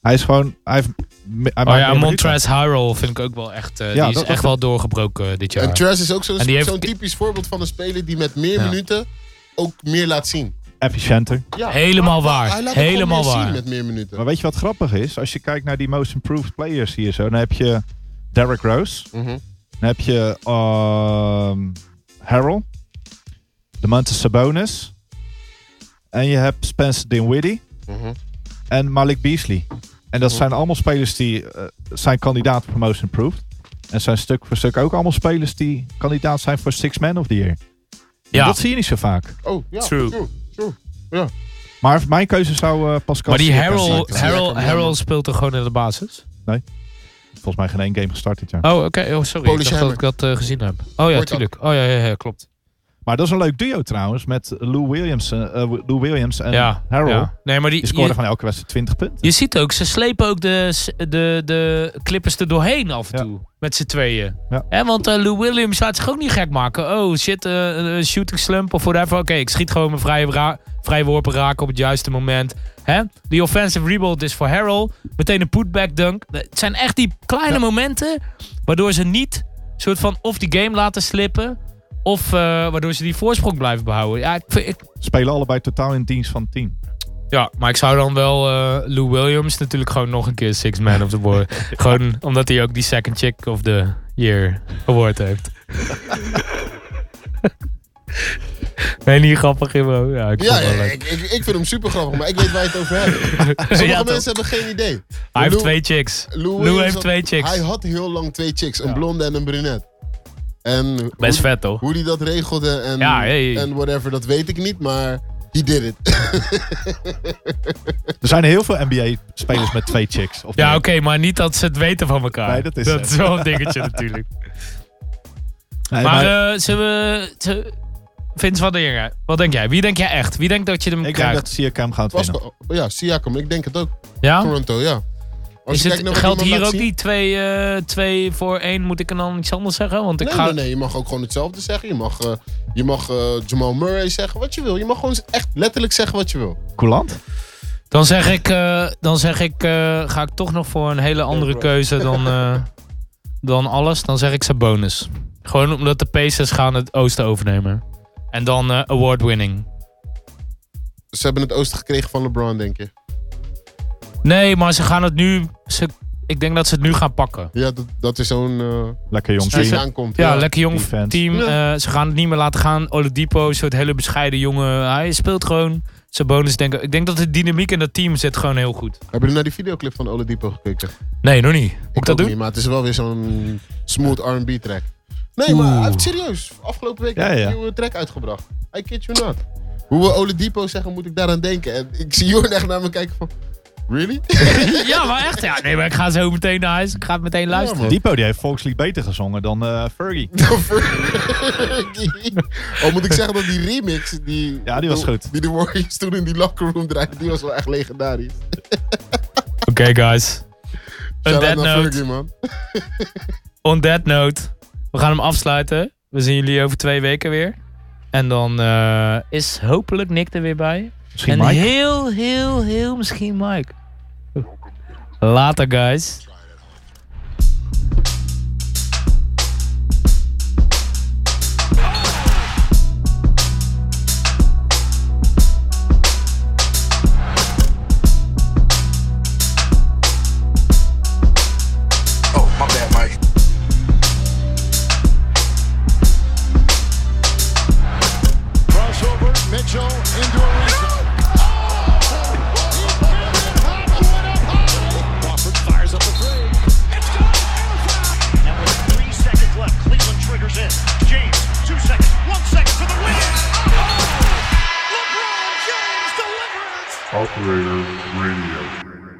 Hij is gewoon... Hij heeft, me- hij
Oh
maakt
ja,
meer
Montrezl Harrell vind ik ook wel echt... eh,
Ja,
die is
dat-
echt
dat-
wel doorgebroken eh, dit jaar.
En Trash is ook zo'n
En die heeft-
zo'n typisch voorbeeld van een speler die met meer
Ja.
minuten ook meer laat zien.
minuten. Efficiënter.
Helemaal
Hij
waar.
laat ook gewoon
Helemaal
meer zien
waar.
met meer minuten.
Maar weet je wat grappig is? Als je kijkt naar die most improved players hier zo, dan heb je Derrick Rose.
Mhm.
Dan heb je ehm Harrell. Demantis Sabonis. En je hebt Spencer Dinwiddie.
Mhm.
En Malik Beasley. En
Mhm.
dat zijn allemaal spelers die eh, zijn kandidaat voor most improved. En zijn stuk voor stuk ook allemaal spelers die kandidaat zijn voor Six Man of the Year. En
Ja.
Dat zie je niet zo vaak.
Oh, ja.
True.
True. true.
Maar mijn keuze zou eh, Pascal...
Maar die
Siakam
Harrell,
zijn.
Harrell, Harrell speelt toch gewoon in de basis?
Volgens mij geen één game gestart dit jaar.
Oh, oké. Oh, sorry. Ik
Polish
dacht dat ik
Hammer.
dat eh, gezien heb. Oh ja,
Wordt
tuurlijk. Oh ja, ja, ja klopt.
Maar dat is een leuk duo trouwens met Lou Williams, eh, eh, Lou Williams en
ja,
Harrell.
ja. Nee, maar die,
Die scoren
je,
van elke wedstrijd 20 punten.
je ziet ook, ze slepen ook de, s- de, de clippers er doorheen af en
Ja.
toe. Met z'n tweeën.
Ja.
Hè, want eh, Lou Williams laat zich ook niet gek maken. Oh shit, eh, een shooting slump of whatever. Oké, ik schiet gewoon mijn vrije, ra- vrije worpen raken op het juiste moment. Hè? Die offensive rebound is voor Harrell. Meteen een putback dunk. Het zijn echt die kleine momenten waardoor ze niet soort van of die game laten slippen. Of eh, waardoor ze die voorsprong blijven behouden. Ja, ik, vind- ik-
Spelen allebei totaal in dienst van het team.
ja, maar ik zou dan wel eh, Lou Williams natuurlijk gewoon nog een keer Six Man of the Boy. Gewoon omdat hij ook die Second Chick of the Year award heeft. nee, niet grappig, bro. Ja, ik
Ja,
vond het wel leuk.
ik, ik, ik vind hem super grappig, maar ik weet waar je het over hebt. Sommige
Ja, toch?
mensen hebben geen idee.
Hij heeft
Lou-
twee chicks.
Lou
Lou,
Williams
heeft
had-
twee chicks.
Hij had heel lang twee chicks, een blonde en een brunette. En
Best
hoe,
vet, toch?
hoe die dat regelde en,
Ja, hey.
en whatever, dat weet ik niet, maar he did it.
Er zijn heel veel NBA-spelers met twee chicks. Of
Ja,
meer.
oké, maar niet dat ze het weten van elkaar.
Nee, dat is zo.
wel een dingetje natuurlijk.
Nee,
maar eh, zullen we... zullen- Vince, wat denk, jij? wat denk jij? Wie denk jij echt? Wie denkt dat je hem
ik denk
krijgt?
dat Siakam gaat
Was,
winnen.
oh ja, Siakam, ik denk het ook.
ja?
Toronto, ja. Als
Is
je kijkt
het,
naar wat
geldt
iemand
hier
laat
ook
zien-
niet twee, eh, twee voor één? Moet ik er dan iets anders zeggen? Want ik
Nee,
ga...
nee, nee, je mag ook gewoon hetzelfde zeggen. Je mag, eh, je mag eh, Jamal Murray zeggen wat je wil. Je mag gewoon echt letterlijk zeggen wat je wil.
Coulant?
Dan zeg ik... eh, dan zeg ik eh, ga ik toch nog voor een hele andere keuze dan, eh, dan alles. Dan zeg ik Sabonis. Gewoon omdat de Pacers gaan het oosten overnemen. En dan eh, award winning.
Ze hebben het oosten gekregen van LeBron, denk je.
Nee, maar ze gaan het nu. Ze, ik denk dat ze het nu gaan pakken.
Ja, dat, dat is zo'n eh
Lekker jong
als je
team.
aankomt.
Ja, lekker jong
defense.
team. eh, ze gaan het niet meer laten gaan. Oladipo, een soort hele bescheiden jongen. Hij speelt gewoon. Zijn bonus denk ik. Ik denk dat de dynamiek in dat team zit gewoon heel goed.
Hebben jullie naar die videoclip van Oladipo gekeken?
Nee, nog niet. Moet ik
ook
dat doen?
niet, maar het is wel weer zo'n smooth R&B track. Nee, maar hij heeft serieus. Afgelopen week
Ja,
heeft hij
ja.
een nieuwe track uitgebracht. I kid you not. Hoe we Oladipo zeggen, moet ik daaraan denken. En ik zie Jorn echt naar me kijken van... Really?
Ja, maar echt. Ja, nee, maar ik ga zo meteen naar huis. Ik ga het meteen luisteren.
man.
Diepo die heeft volkslied beter gezongen dan eh, Fergie.
oh, moet ik zeggen dat die remix... Die,
Ja, die was goed.
Die de Warriors toen in die locker room draaide, die was wel echt legendarisch.
Oké, guys. On
Shout-out
that
naar
note.
Fergie, man.
On that note. We gaan hem afsluiten. We zien jullie over twee weken weer. En dan eh, is hopelijk Nick er weer bij.
Misschien
en
Mike.
heel, heel, heel misschien Mike. Later, guys.
Oh, my bad, Mike.
Crossover, Mitchell into a rebound.
Wofford fires up a three.
And with three seconds left, Cleveland triggers in. James, two seconds, one second for the win.
Operator Radio.